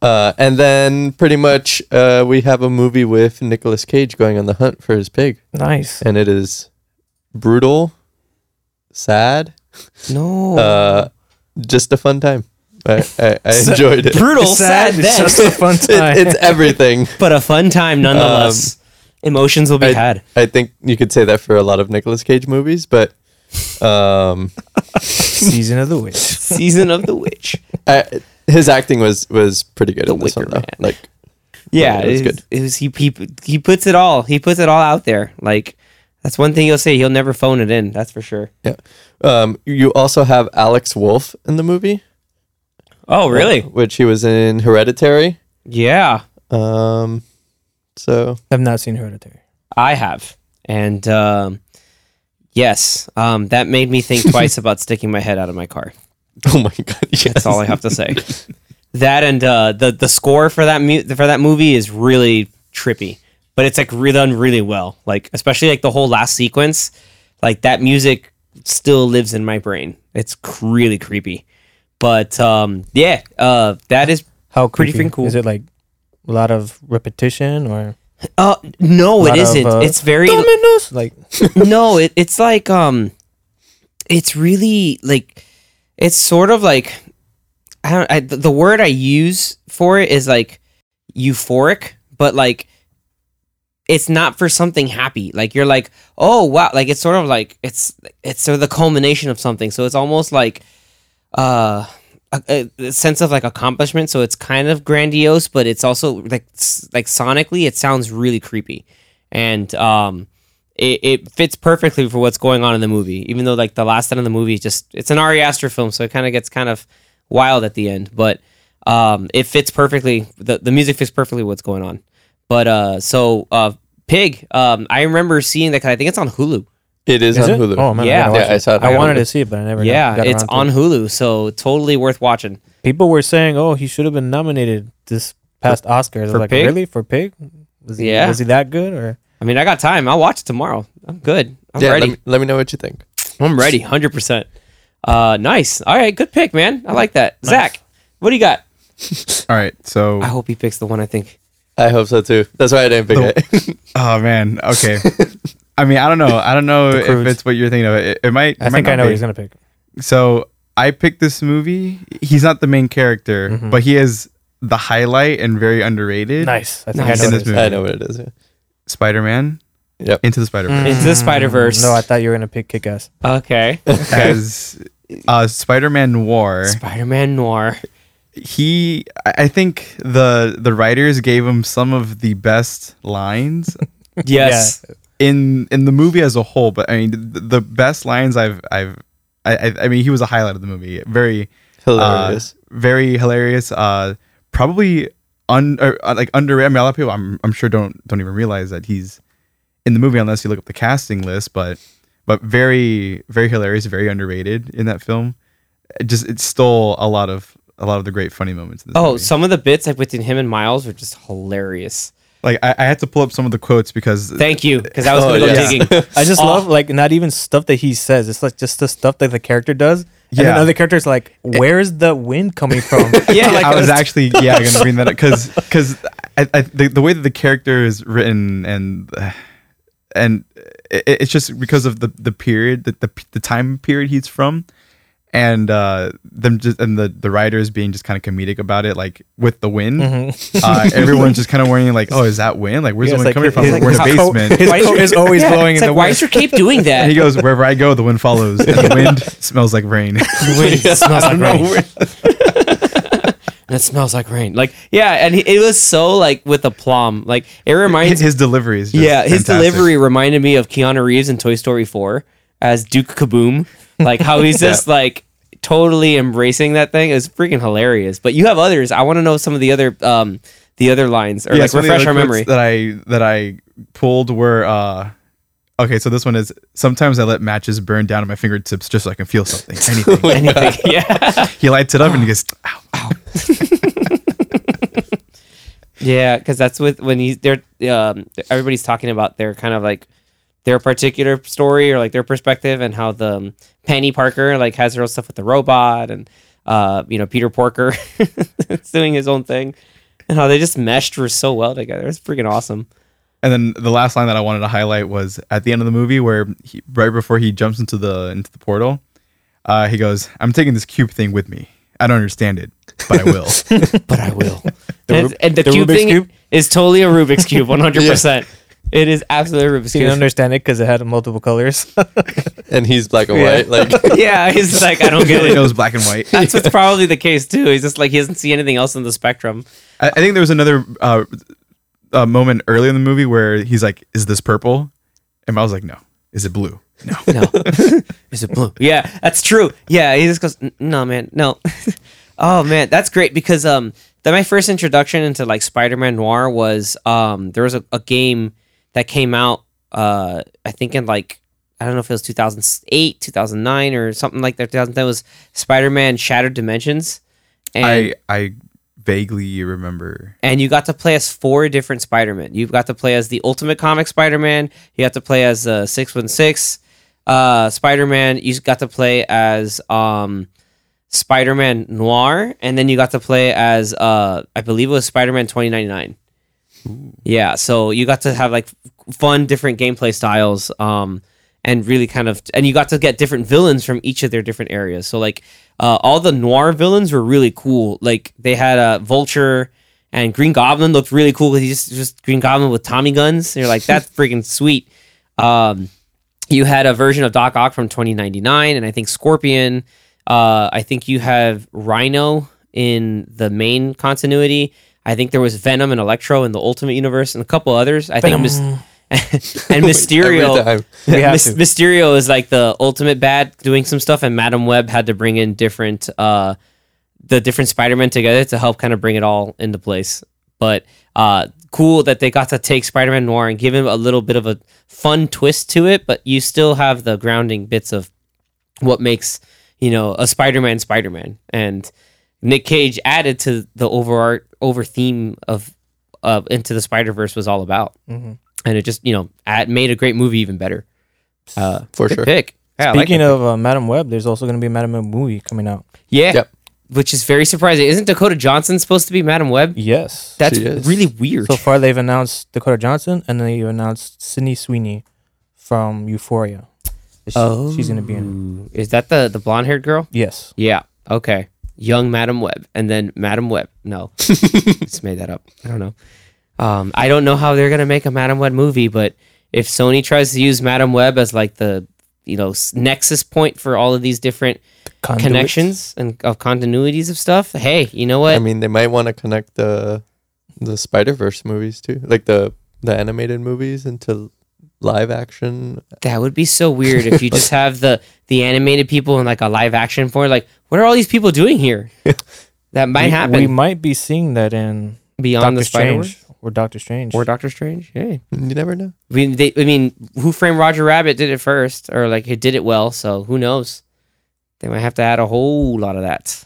[SPEAKER 2] Uh, and then pretty much uh, we have a movie with Nicolas Cage going on the hunt for his pig,
[SPEAKER 3] nice.
[SPEAKER 2] and it is brutal, sad,
[SPEAKER 1] No.
[SPEAKER 2] uh, just a fun time. I, I, I enjoyed it.
[SPEAKER 1] Brutal, sad,
[SPEAKER 3] It's
[SPEAKER 1] death,
[SPEAKER 3] just a fun time.
[SPEAKER 2] it. It's everything.
[SPEAKER 1] but a fun time nonetheless. Emotions will be had.
[SPEAKER 2] I think you could say that for a lot of Nicolas Cage movies, but um,
[SPEAKER 3] season of the witch.
[SPEAKER 1] Season of the Witch.
[SPEAKER 2] I, his acting was was pretty good.
[SPEAKER 1] The
[SPEAKER 2] in this one,
[SPEAKER 1] Wicker
[SPEAKER 2] though.
[SPEAKER 1] Man.
[SPEAKER 2] Like
[SPEAKER 1] Yeah,
[SPEAKER 2] it was
[SPEAKER 1] it was, it was he, he he puts it all. He puts it all out there. Like that's one thing he'll say. He'll never phone it in. That's for sure.
[SPEAKER 2] yeah. Um, you also have Alex Wolf in the movie.
[SPEAKER 1] Oh,
[SPEAKER 2] Uh, Which he was in Hereditary.
[SPEAKER 1] Yeah,
[SPEAKER 2] Um, so
[SPEAKER 3] I've not seen Hereditary.
[SPEAKER 1] I have. And um, yes, um, that made me think twice about sticking my head out of my car.
[SPEAKER 2] oh my god, yes.
[SPEAKER 1] That's all I have to say. that and uh, the the score for that mu- for that movie is really trippy, but it's like re- done really well. Like especially like the whole last sequence, like that music still lives in my brain. It's cr- really creepy, but um, yeah, uh, that is
[SPEAKER 3] How
[SPEAKER 1] Pretty
[SPEAKER 3] creepy.
[SPEAKER 1] freaking cool.
[SPEAKER 3] Is it like a lot of repetition or
[SPEAKER 1] uh no, it
[SPEAKER 3] Lot of,
[SPEAKER 1] isn't.
[SPEAKER 3] uh,
[SPEAKER 1] it's very
[SPEAKER 3] dominoes? Like
[SPEAKER 1] no, it, it's like um, it's really like it's sort of like I don't. I, th- the word I use for it is like euphoric, but like it's not for something happy. Like you're like, oh wow, like it's sort of like it's it's sort of the culmination of something. So it's almost like uh. A, a sense of like accomplishment, so it's kind of grandiose, but it's also like s- like sonically, it sounds really creepy, and um, it, it fits perfectly for what's going on in the movie. Even though like the last end of the movie is just it's an Ari Aster film, so it kind of gets kind of wild at the end, but um, it fits perfectly. the The music fits perfectly what's going on. But uh, so uh, Pig, um, I remember seeing that. 'cause I think it's on Hulu.
[SPEAKER 2] It is,
[SPEAKER 3] is
[SPEAKER 2] on
[SPEAKER 3] it?
[SPEAKER 2] Hulu.
[SPEAKER 3] Oh man,
[SPEAKER 1] Yeah.
[SPEAKER 3] I, gotta watch
[SPEAKER 2] Yeah, I saw it.
[SPEAKER 3] it. I wanted to see it, but I never.
[SPEAKER 1] yeah,
[SPEAKER 3] got
[SPEAKER 1] it's
[SPEAKER 3] around to
[SPEAKER 1] on
[SPEAKER 3] it.
[SPEAKER 1] Hulu, so totally worth watching.
[SPEAKER 3] People were saying, "Oh, he should have been nominated this past Oscars." I was
[SPEAKER 1] for
[SPEAKER 3] like,
[SPEAKER 1] Pig?
[SPEAKER 3] really for Pig? Was he,
[SPEAKER 1] Yeah.
[SPEAKER 3] Was he that good? Or
[SPEAKER 1] I mean, I got time. I'll watch it tomorrow. I'm good. I'm
[SPEAKER 2] yeah,
[SPEAKER 1] ready.
[SPEAKER 2] let me, let me know what you think.
[SPEAKER 1] I'm ready. Hundred percent. Uh, nice. All right, good pick, man. I like that. Zach, what do you got?
[SPEAKER 4] All right. So.
[SPEAKER 1] I hope he picks the one I think.
[SPEAKER 2] I hope so too. That's why I didn't pick it.
[SPEAKER 4] Oh man. Okay. I mean, I don't know. I don't know if
[SPEAKER 3] Croods.
[SPEAKER 4] it's what you're thinking of. It, it might.
[SPEAKER 3] I
[SPEAKER 4] it might
[SPEAKER 3] think I
[SPEAKER 4] not
[SPEAKER 3] know what
[SPEAKER 4] be.
[SPEAKER 3] he's gonna pick.
[SPEAKER 4] So I picked this movie. He's not the main character, but he is the highlight and very underrated.
[SPEAKER 3] Mm-hmm. Nice. I think
[SPEAKER 1] Nice.
[SPEAKER 3] I
[SPEAKER 1] In
[SPEAKER 3] know what
[SPEAKER 4] this
[SPEAKER 3] it uh, is.
[SPEAKER 4] movie.
[SPEAKER 2] I know what it is. yeah.
[SPEAKER 4] Spider-Man
[SPEAKER 2] Yep.
[SPEAKER 4] into the
[SPEAKER 3] Mm.
[SPEAKER 4] Spider-Verse.
[SPEAKER 1] Into the Spider Verse.
[SPEAKER 3] No, I thought you were gonna pick Kick Ass.
[SPEAKER 1] Okay.
[SPEAKER 4] as uh, Spider-Man Noir.
[SPEAKER 1] Spider-Man Noir.
[SPEAKER 4] He, I I think the the writers gave him some of the best lines
[SPEAKER 1] Yes.
[SPEAKER 4] in in the movie as a whole. But I mean, the, the best lines I've I've I, I, I mean, he was a highlight of the movie. Very
[SPEAKER 2] Hilarious.
[SPEAKER 4] Uh, very hilarious. Uh, probably un or, uh, like underrated. I mean, a lot of people I'm I'm sure don't don't even realize that he's in the movie unless you look up the casting list. But but very very hilarious, very underrated in that film. It just it stole a lot of a lot of the great funny moments. In this
[SPEAKER 1] Oh,
[SPEAKER 4] movie.
[SPEAKER 1] some of the bits like between him and Miles were just hilarious.
[SPEAKER 4] like I, I had to pull up some of the quotes because
[SPEAKER 1] Thank you, because I was
[SPEAKER 2] Oh,
[SPEAKER 1] gonna go
[SPEAKER 2] yeah.
[SPEAKER 1] digging.
[SPEAKER 3] I just
[SPEAKER 1] Oh.
[SPEAKER 3] love like not even stuff that he says. It's like just the stuff that the character does. And then
[SPEAKER 4] Yeah.
[SPEAKER 3] other characters like, where is the wind coming from?
[SPEAKER 1] Yeah, like
[SPEAKER 4] I was actually yeah going to bring that up because because I, I, the, the way that the character is written and uh, and it, it's just because of the the period that the the time period he's from and uh them just and the the writers being just kind of comedic about it like with the wind uh, everyone's just kind of worrying like oh is that wind like where's
[SPEAKER 3] Mm-hmm. Yeah,
[SPEAKER 4] the wind coming
[SPEAKER 3] it's like-
[SPEAKER 4] from
[SPEAKER 3] it's like
[SPEAKER 4] we're in a
[SPEAKER 1] his coat-
[SPEAKER 4] basement
[SPEAKER 3] his coat is always
[SPEAKER 1] Yeah,
[SPEAKER 3] blowing
[SPEAKER 1] it's
[SPEAKER 3] in the
[SPEAKER 1] like, why
[SPEAKER 3] wind.
[SPEAKER 1] is your cape doing that?
[SPEAKER 4] and he goes wherever I go the wind follows and the wind smells like rain
[SPEAKER 1] Wait, it smells like rain. And it smells like rain. Like yeah, and he, it was so like with aplomb. Like it reminds.
[SPEAKER 4] his delivery is just
[SPEAKER 1] yeah, his
[SPEAKER 4] fantastic.
[SPEAKER 1] delivery reminded me of Keanu Reeves in Toy Story 4 as Duke Kaboom. Like how he's just like totally embracing that thing is freaking hilarious. But you have others. I want to know some of the other um the other lines or
[SPEAKER 4] Yeah,
[SPEAKER 1] like
[SPEAKER 4] some of the
[SPEAKER 1] refresh our
[SPEAKER 4] other
[SPEAKER 1] memory.
[SPEAKER 4] quotes That I that I pulled were uh okay, so this one is sometimes I let matches burn down to my fingertips just so I can feel something, anything.
[SPEAKER 1] Anything. yeah.
[SPEAKER 4] he lights it up and he goes, ow.
[SPEAKER 1] Yeah, because that's with when he's they're um, everybody's talking about their kind of like their particular story or like their perspective and how the um, Penny Parker like has her own stuff with the robot and uh you know Peter Porker is doing his own thing and how they just meshed were so well together. It's freaking awesome.
[SPEAKER 4] And then the last line that I wanted to highlight was at the end of the movie where he, right before he jumps into the into the portal, uh, he goes, "I'm taking this cube thing with me. I don't understand it, but I will."
[SPEAKER 1] But I will. and, and the,
[SPEAKER 3] the
[SPEAKER 1] cube
[SPEAKER 3] Rubik's
[SPEAKER 1] thing
[SPEAKER 3] Cube?
[SPEAKER 1] is totally a Rubik's cube, one hundred percent. It is absolutely a Rubik's
[SPEAKER 3] You didn't
[SPEAKER 1] cube.
[SPEAKER 3] understand it because it had multiple colors.
[SPEAKER 2] and he's black and
[SPEAKER 3] Yeah.
[SPEAKER 2] white. Like
[SPEAKER 1] yeah, he's like, I don't
[SPEAKER 4] he
[SPEAKER 1] get
[SPEAKER 4] only
[SPEAKER 1] it.
[SPEAKER 4] knows black and white.
[SPEAKER 1] That's what's probably the case too. He's just like he doesn't see anything else in the spectrum.
[SPEAKER 4] I, I think there was another uh, uh, moment earlier in the movie where he's like, "Is this purple?" And I was like, "No. Is it blue?" No.
[SPEAKER 1] No. Is it blue? Yeah, that's true. Yeah, he just goes, "N- no, man, no. oh man, that's great because um, that my first introduction into like Spider-Man Noir was um, there was a, a game that came out uh, I think in like I don't know if it was 2008, 2009, or something like that. 2010 was Spider-Man Shattered Dimensions, and
[SPEAKER 4] I I vaguely remember.
[SPEAKER 1] and you got to play as four different Spider-Man. You got to play as the Ultimate Comic Spider-Man. You got to play as uh, 616 uh, Spider-Man. You got to play as um, Spider-Man Noir, and then you got to play as uh, I believe it was Spider-Man 2099. Yeah, so you got to have like f- fun, different gameplay styles, um, and really kind of, and you got to get different villains from each of their different areas. So like, uh, all the noir villains were really cool. Like they had a vulture and Green Goblin looked really cool. 'cause He's just, just Green Goblin with Tommy guns. And you're like, that's freaking sweet. Um, you had a version of Doc Ock from 2099, and I think Scorpion. Uh, I think you have Rhino in the main continuity. I think there was Venom and Electro in the Ultimate Universe, and a couple others. I think Mys- and
[SPEAKER 2] every
[SPEAKER 1] Mysterio.
[SPEAKER 2] time.
[SPEAKER 3] We have
[SPEAKER 1] Mys-
[SPEAKER 3] to.
[SPEAKER 1] Mysterio is like the ultimate bad doing some stuff, and Madam Web had to bring in different uh, the different Spider-Men together to help kind of bring it all into place. But uh, cool that they got to take Spider-Man Noir and give him a little bit of a fun twist to it, but you still have the grounding bits of what makes you know a Spider-Man Spider-Man, and Nick Cage added to the over over theme of uh, into the Spider Verse was all about,
[SPEAKER 2] Mm-hmm.
[SPEAKER 1] and it just you know add, made a great movie even better. Uh,
[SPEAKER 2] For
[SPEAKER 1] good
[SPEAKER 2] sure.
[SPEAKER 1] Pick. Yeah, I like
[SPEAKER 3] Speaking
[SPEAKER 1] it.
[SPEAKER 3] of uh, Madam Web, there's also going to be a Madam Web movie coming out.
[SPEAKER 1] yeah,
[SPEAKER 2] Yep.
[SPEAKER 1] which is very surprising. Isn't Dakota Johnson supposed to be Madam Web?
[SPEAKER 3] Yes.
[SPEAKER 1] That's
[SPEAKER 2] She is.
[SPEAKER 1] really weird.
[SPEAKER 3] So far, they've announced Dakota Johnson, and then you announced Sydney Sweeney from Euphoria. She- she's gonna be in.
[SPEAKER 1] Ooh. Is that the the blonde haired girl?
[SPEAKER 3] Yes,
[SPEAKER 1] Yeah. Okay. Young Madam Web, and then Madam Web. No, just made that up. I don't know. Um, I don't know how they're gonna make a Madam Web movie, but if Sony tries to use Madam Web as like the you know s- nexus point for all of these different
[SPEAKER 3] Conduit.
[SPEAKER 1] connections and of continuities of stuff, hey, you know
[SPEAKER 3] Um,
[SPEAKER 1] what?
[SPEAKER 2] I mean, they might want to connect the the Spider Verse movies too, like the the animated movies into live action.
[SPEAKER 1] that would be so weird if you just have the the animated people in like a live action form. Like, what are all these people doing here? that might
[SPEAKER 3] We-
[SPEAKER 1] happen
[SPEAKER 3] We might be seeing that in
[SPEAKER 1] beyond
[SPEAKER 3] Doctor
[SPEAKER 1] the Spider.
[SPEAKER 3] Strange. or Doctor Strange.
[SPEAKER 1] or Doctor Strange. Yeah,
[SPEAKER 2] You never know.
[SPEAKER 1] I mean, they, I mean, Who Framed Roger Rabbit did it first, or like it did it well. So who knows? They might have to add a whole lot of that.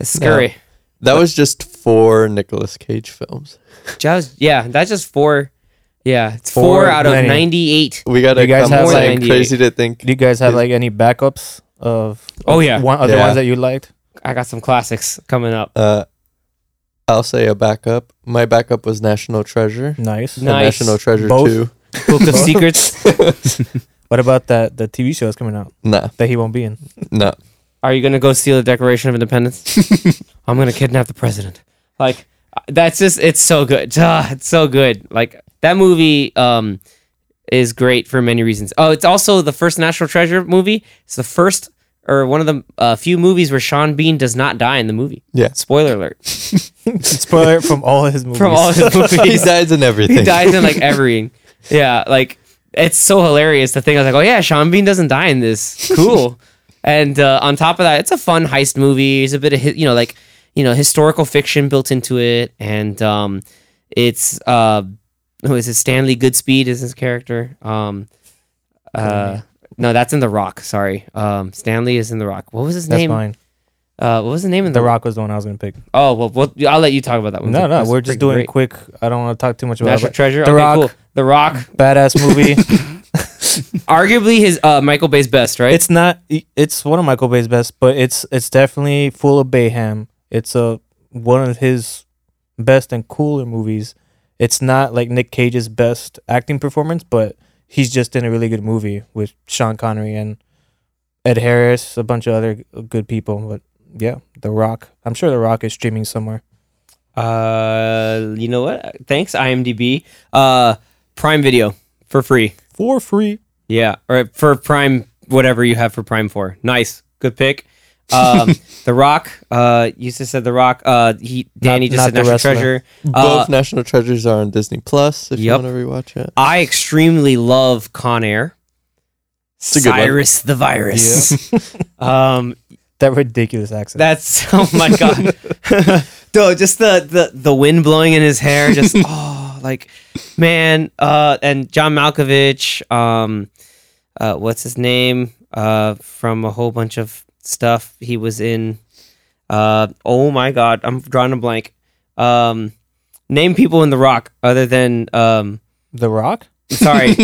[SPEAKER 1] It's scary.
[SPEAKER 2] That was just four Nicolas Cage films.
[SPEAKER 1] Just yeah, that's just four. Yeah, it's four,
[SPEAKER 3] Four
[SPEAKER 1] out of
[SPEAKER 3] many.
[SPEAKER 1] ninety-eight.
[SPEAKER 2] We gotta
[SPEAKER 3] You guys
[SPEAKER 2] come
[SPEAKER 3] have,
[SPEAKER 2] up with
[SPEAKER 1] like-
[SPEAKER 2] something crazy to think.
[SPEAKER 3] Do you guys have like any backups of?
[SPEAKER 1] Oh,
[SPEAKER 3] of
[SPEAKER 1] yeah.
[SPEAKER 3] one other
[SPEAKER 2] Yeah.
[SPEAKER 3] ones that you liked.
[SPEAKER 1] I got some classics coming up.
[SPEAKER 2] Uh, I'll say a backup. My backup was National Treasure.
[SPEAKER 3] Nice.
[SPEAKER 1] No.
[SPEAKER 2] and
[SPEAKER 1] Nice.
[SPEAKER 2] National Treasure
[SPEAKER 3] Both?
[SPEAKER 2] Two.
[SPEAKER 1] Book of Secrets.
[SPEAKER 3] What about that the TV show that's coming out
[SPEAKER 2] Nah,
[SPEAKER 3] that he won't be in?
[SPEAKER 2] nah.
[SPEAKER 1] Are you gonna go steal the Declaration of Independence? I'm gonna kidnap the president. Like uh, that's just it's so good. Ah, it's so good. Like that movie um is great for many reasons. Oh, it's also the first National Treasure movie. It's the first or one of the uh, few movies where Sean Bean does not die in the movie.
[SPEAKER 2] Yeah.
[SPEAKER 1] Spoiler alert.
[SPEAKER 3] Spoiler from all his movies.
[SPEAKER 1] From all his
[SPEAKER 2] he
[SPEAKER 1] movies.
[SPEAKER 2] dies in everything.
[SPEAKER 1] he dies in like every yeah like it's so hilarious the thing i was like oh yeah sean bean doesn't die in this cool and uh, on top of that it's a fun heist movie there's a bit of hi- you know like you know historical fiction built into it and um it's uh who is it stanley goodspeed is his character um uh no that's in the rock sorry um stanley is in the rock what was his
[SPEAKER 3] That's
[SPEAKER 1] name
[SPEAKER 3] mine.
[SPEAKER 1] uh what was the name in
[SPEAKER 3] The Rock was the one I was gonna pick.
[SPEAKER 1] oh well, well i'll let you talk about that one
[SPEAKER 3] No, no,
[SPEAKER 1] That's
[SPEAKER 3] we're just
[SPEAKER 1] freaking
[SPEAKER 3] doing
[SPEAKER 1] great.
[SPEAKER 3] quick. I don't want to talk too much about
[SPEAKER 1] national
[SPEAKER 3] it.
[SPEAKER 1] treasure
[SPEAKER 3] The
[SPEAKER 1] okay
[SPEAKER 3] Rock.
[SPEAKER 1] cool the rock
[SPEAKER 3] but Badass movie.
[SPEAKER 1] arguably his uh, Michael Bay's best, right?
[SPEAKER 3] it's not. It's one of Michael Bay's best, but it's it's definitely full of Bayham. It's a one of his best and cooler movies. It's not like Nick Cage's best acting performance, but he's just in a really good movie with Sean Connery and Ed Harris, a bunch of other good people. But yeah, The Rock. I'm sure The Rock is streaming somewhere.
[SPEAKER 1] uh, you know what? Thanks IMDb. Uh, Prime Video for free.
[SPEAKER 3] For free.
[SPEAKER 1] Yeah, or for Prime whatever you have for Prime for. Nice, good pick. Um, the Rock. Uh, you just said The Rock. Uh, he Danny just
[SPEAKER 3] not
[SPEAKER 1] said
[SPEAKER 3] the
[SPEAKER 1] National
[SPEAKER 3] wrestler.
[SPEAKER 1] Treasure. Uh,
[SPEAKER 2] Both National Treasures are on Disney Plus. If
[SPEAKER 1] Yep.
[SPEAKER 2] you want to rewatch it,
[SPEAKER 1] I extremely love Con Air.
[SPEAKER 2] a good one.
[SPEAKER 1] Cyrus the Virus. um,
[SPEAKER 3] That ridiculous accent.
[SPEAKER 1] That's oh my god, dude! Just the, the the wind blowing in his hair, just oh, like man. Uh, and John Malkovich, um, uh, what's his name? Uh, from a whole bunch of stuff he was in. Uh, oh my god, I'm drawing a blank. Um, name people in The Rock other than um.
[SPEAKER 3] the Rock.
[SPEAKER 1] Sorry,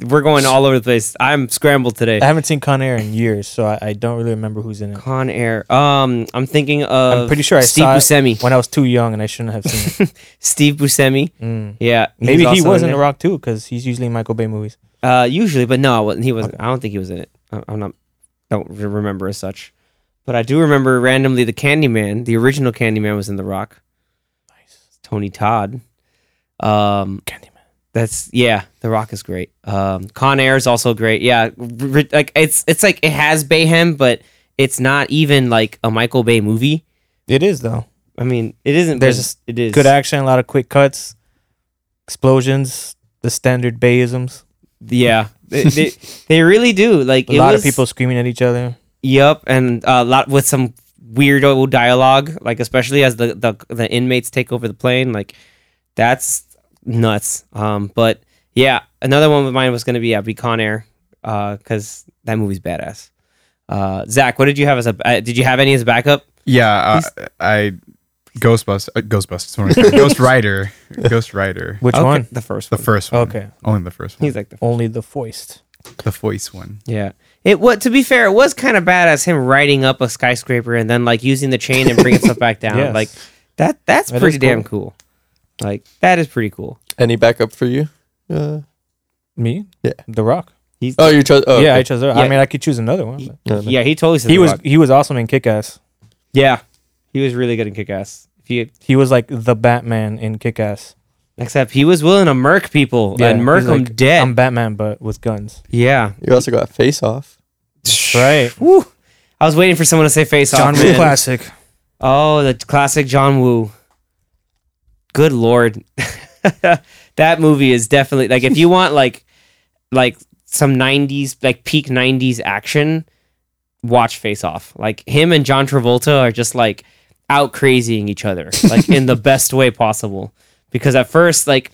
[SPEAKER 1] we're going all over the place. I'm scrambled today.
[SPEAKER 3] I haven't seen Con Air in years, so I, I don't really remember who's in it.
[SPEAKER 1] Con Air. Um, I'm thinking of.
[SPEAKER 3] I'm pretty sure I
[SPEAKER 1] Steve
[SPEAKER 3] saw it
[SPEAKER 1] Buscemi.
[SPEAKER 3] when I was too young and I shouldn't have seen it.
[SPEAKER 1] Steve Buscemi.
[SPEAKER 3] Mm.
[SPEAKER 1] Yeah, he's
[SPEAKER 3] Maybe he
[SPEAKER 1] also
[SPEAKER 3] was in
[SPEAKER 1] it.
[SPEAKER 3] The Rock too, because he's usually in Michael Bay movies.
[SPEAKER 1] Uh, usually, but no, I wasn't. He wasn't. I don't think he was in it. I- I'm not. Don't re- remember as such. But I do remember randomly the Candyman, the original Candyman, was in The Rock. Nice. Tony Todd. Um,
[SPEAKER 3] Candyman.
[SPEAKER 1] that's yeah. The Rock is great. Um, Con Air is also great. Yeah, r- r- like it's it's like it has Bayhem, but it's not even like a Michael Bay movie.
[SPEAKER 3] It is though.
[SPEAKER 1] I mean, it isn't.
[SPEAKER 3] There's
[SPEAKER 1] but
[SPEAKER 3] just
[SPEAKER 1] it is
[SPEAKER 3] Good action, a lot of quick cuts, explosions, the standard Bayisms.
[SPEAKER 1] Yeah, they, they, they really do. Like
[SPEAKER 3] A
[SPEAKER 1] it
[SPEAKER 3] lot
[SPEAKER 1] was-
[SPEAKER 3] of people screaming at each other.
[SPEAKER 1] Yep, and a lot with some weird old dialogue, like especially as the, the the inmates take over the plane, like that's nuts. Um, but yeah, another one of mine was gonna be yeah, be Con Air, because that movie's badass. Uh, Zach, what did you have as a? Uh, did you have any as backup?
[SPEAKER 4] Yeah, uh, I Ghostbusters, uh, Ghostbusters, what am I- Ghost Rider, Ghost Rider,
[SPEAKER 3] Which
[SPEAKER 1] Okay,
[SPEAKER 3] one?
[SPEAKER 1] The first
[SPEAKER 4] the
[SPEAKER 1] one.
[SPEAKER 4] first one.
[SPEAKER 3] Okay.
[SPEAKER 4] only the first one.
[SPEAKER 1] He's like the
[SPEAKER 3] Only the foist.
[SPEAKER 4] The voice one.
[SPEAKER 1] yeah. It what to be fair, it was kind of badass him riding up a skyscraper and then like using the chain and bringing stuff back down.
[SPEAKER 3] Yes.
[SPEAKER 1] Like that that's
[SPEAKER 3] That is
[SPEAKER 1] pretty damn cool. Like that is pretty cool.
[SPEAKER 2] any backup for you? Uh,
[SPEAKER 3] Me?
[SPEAKER 2] Yeah.
[SPEAKER 3] The Rock.
[SPEAKER 1] He's
[SPEAKER 2] oh, you chose. Oh,
[SPEAKER 3] yeah,
[SPEAKER 2] okay.
[SPEAKER 3] I chose. The Rock.
[SPEAKER 1] Yeah.
[SPEAKER 3] I mean, I could choose another one. but-
[SPEAKER 2] No, no.
[SPEAKER 1] Yeah, he totally said
[SPEAKER 3] He
[SPEAKER 1] The
[SPEAKER 3] was
[SPEAKER 1] Rock.
[SPEAKER 3] he was awesome in Kick Ass.
[SPEAKER 1] Yeah, he was really good in Kick Ass. He,
[SPEAKER 3] He was like the Batman in Kick Ass.
[SPEAKER 1] except he was willing to murk people
[SPEAKER 3] Yeah,
[SPEAKER 1] and murk
[SPEAKER 3] he's
[SPEAKER 1] them
[SPEAKER 3] like,
[SPEAKER 1] dead.
[SPEAKER 3] I'm Batman, but with guns.
[SPEAKER 1] yeah,
[SPEAKER 2] You also got Face Off.
[SPEAKER 3] Right.
[SPEAKER 1] Woo. I was waiting for someone to say face
[SPEAKER 3] John
[SPEAKER 1] off.
[SPEAKER 3] Woo
[SPEAKER 1] man.
[SPEAKER 3] classic.
[SPEAKER 1] Oh, the classic John Woo. Good lord, that movie is definitely like if you want like like some '90s like peak '90s action, watch Face Off. Like him and John Travolta are just like out crazying each other, like in the best way possible. because at first, like,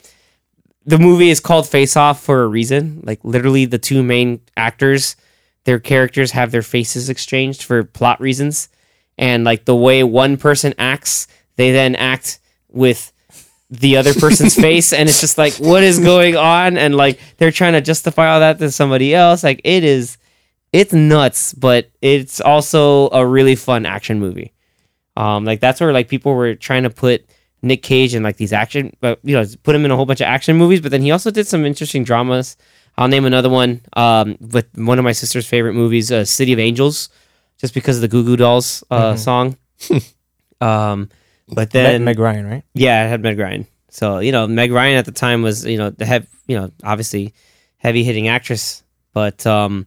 [SPEAKER 1] the movie is called Face Off for a reason. Like, literally, the two main actors, their characters have their faces exchanged for plot reasons, and like the way one person acts, they then act with the other person's face and it's just like what is going on and like they're trying to justify all that to somebody else like it is it's nuts but it's also a really fun action movie um like that's where like people were trying to put nick cage in like these action but you know put him in a whole bunch of action movies but then he also did some interesting dramas i'll name another one um with one of my sister's favorite movies uh, city of angels just because of the goo goo dolls uh song um but then
[SPEAKER 3] Mm-hmm. Meg, Meg Ryan, right?
[SPEAKER 1] yeah, it had Meg Ryan. So you know, Meg Ryan at the time was you know the hev- you know obviously heavy hitting actress, but um,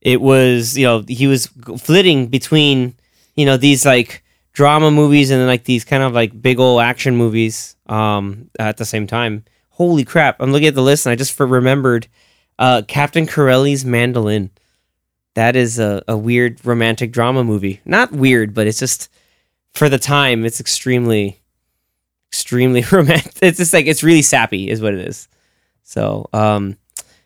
[SPEAKER 1] it was you know he was g- flitting between you know these like drama movies and then like these kind of like big old action movies um at the same time. Holy crap! I'm looking at the list and I just for remembered uh, Captain Corelli's Mandolin. That is a, a weird romantic drama movie. Not weird, but it's just for the time, it's extremely extremely romantic. It's just like it's really sappy, is what it is. So, um,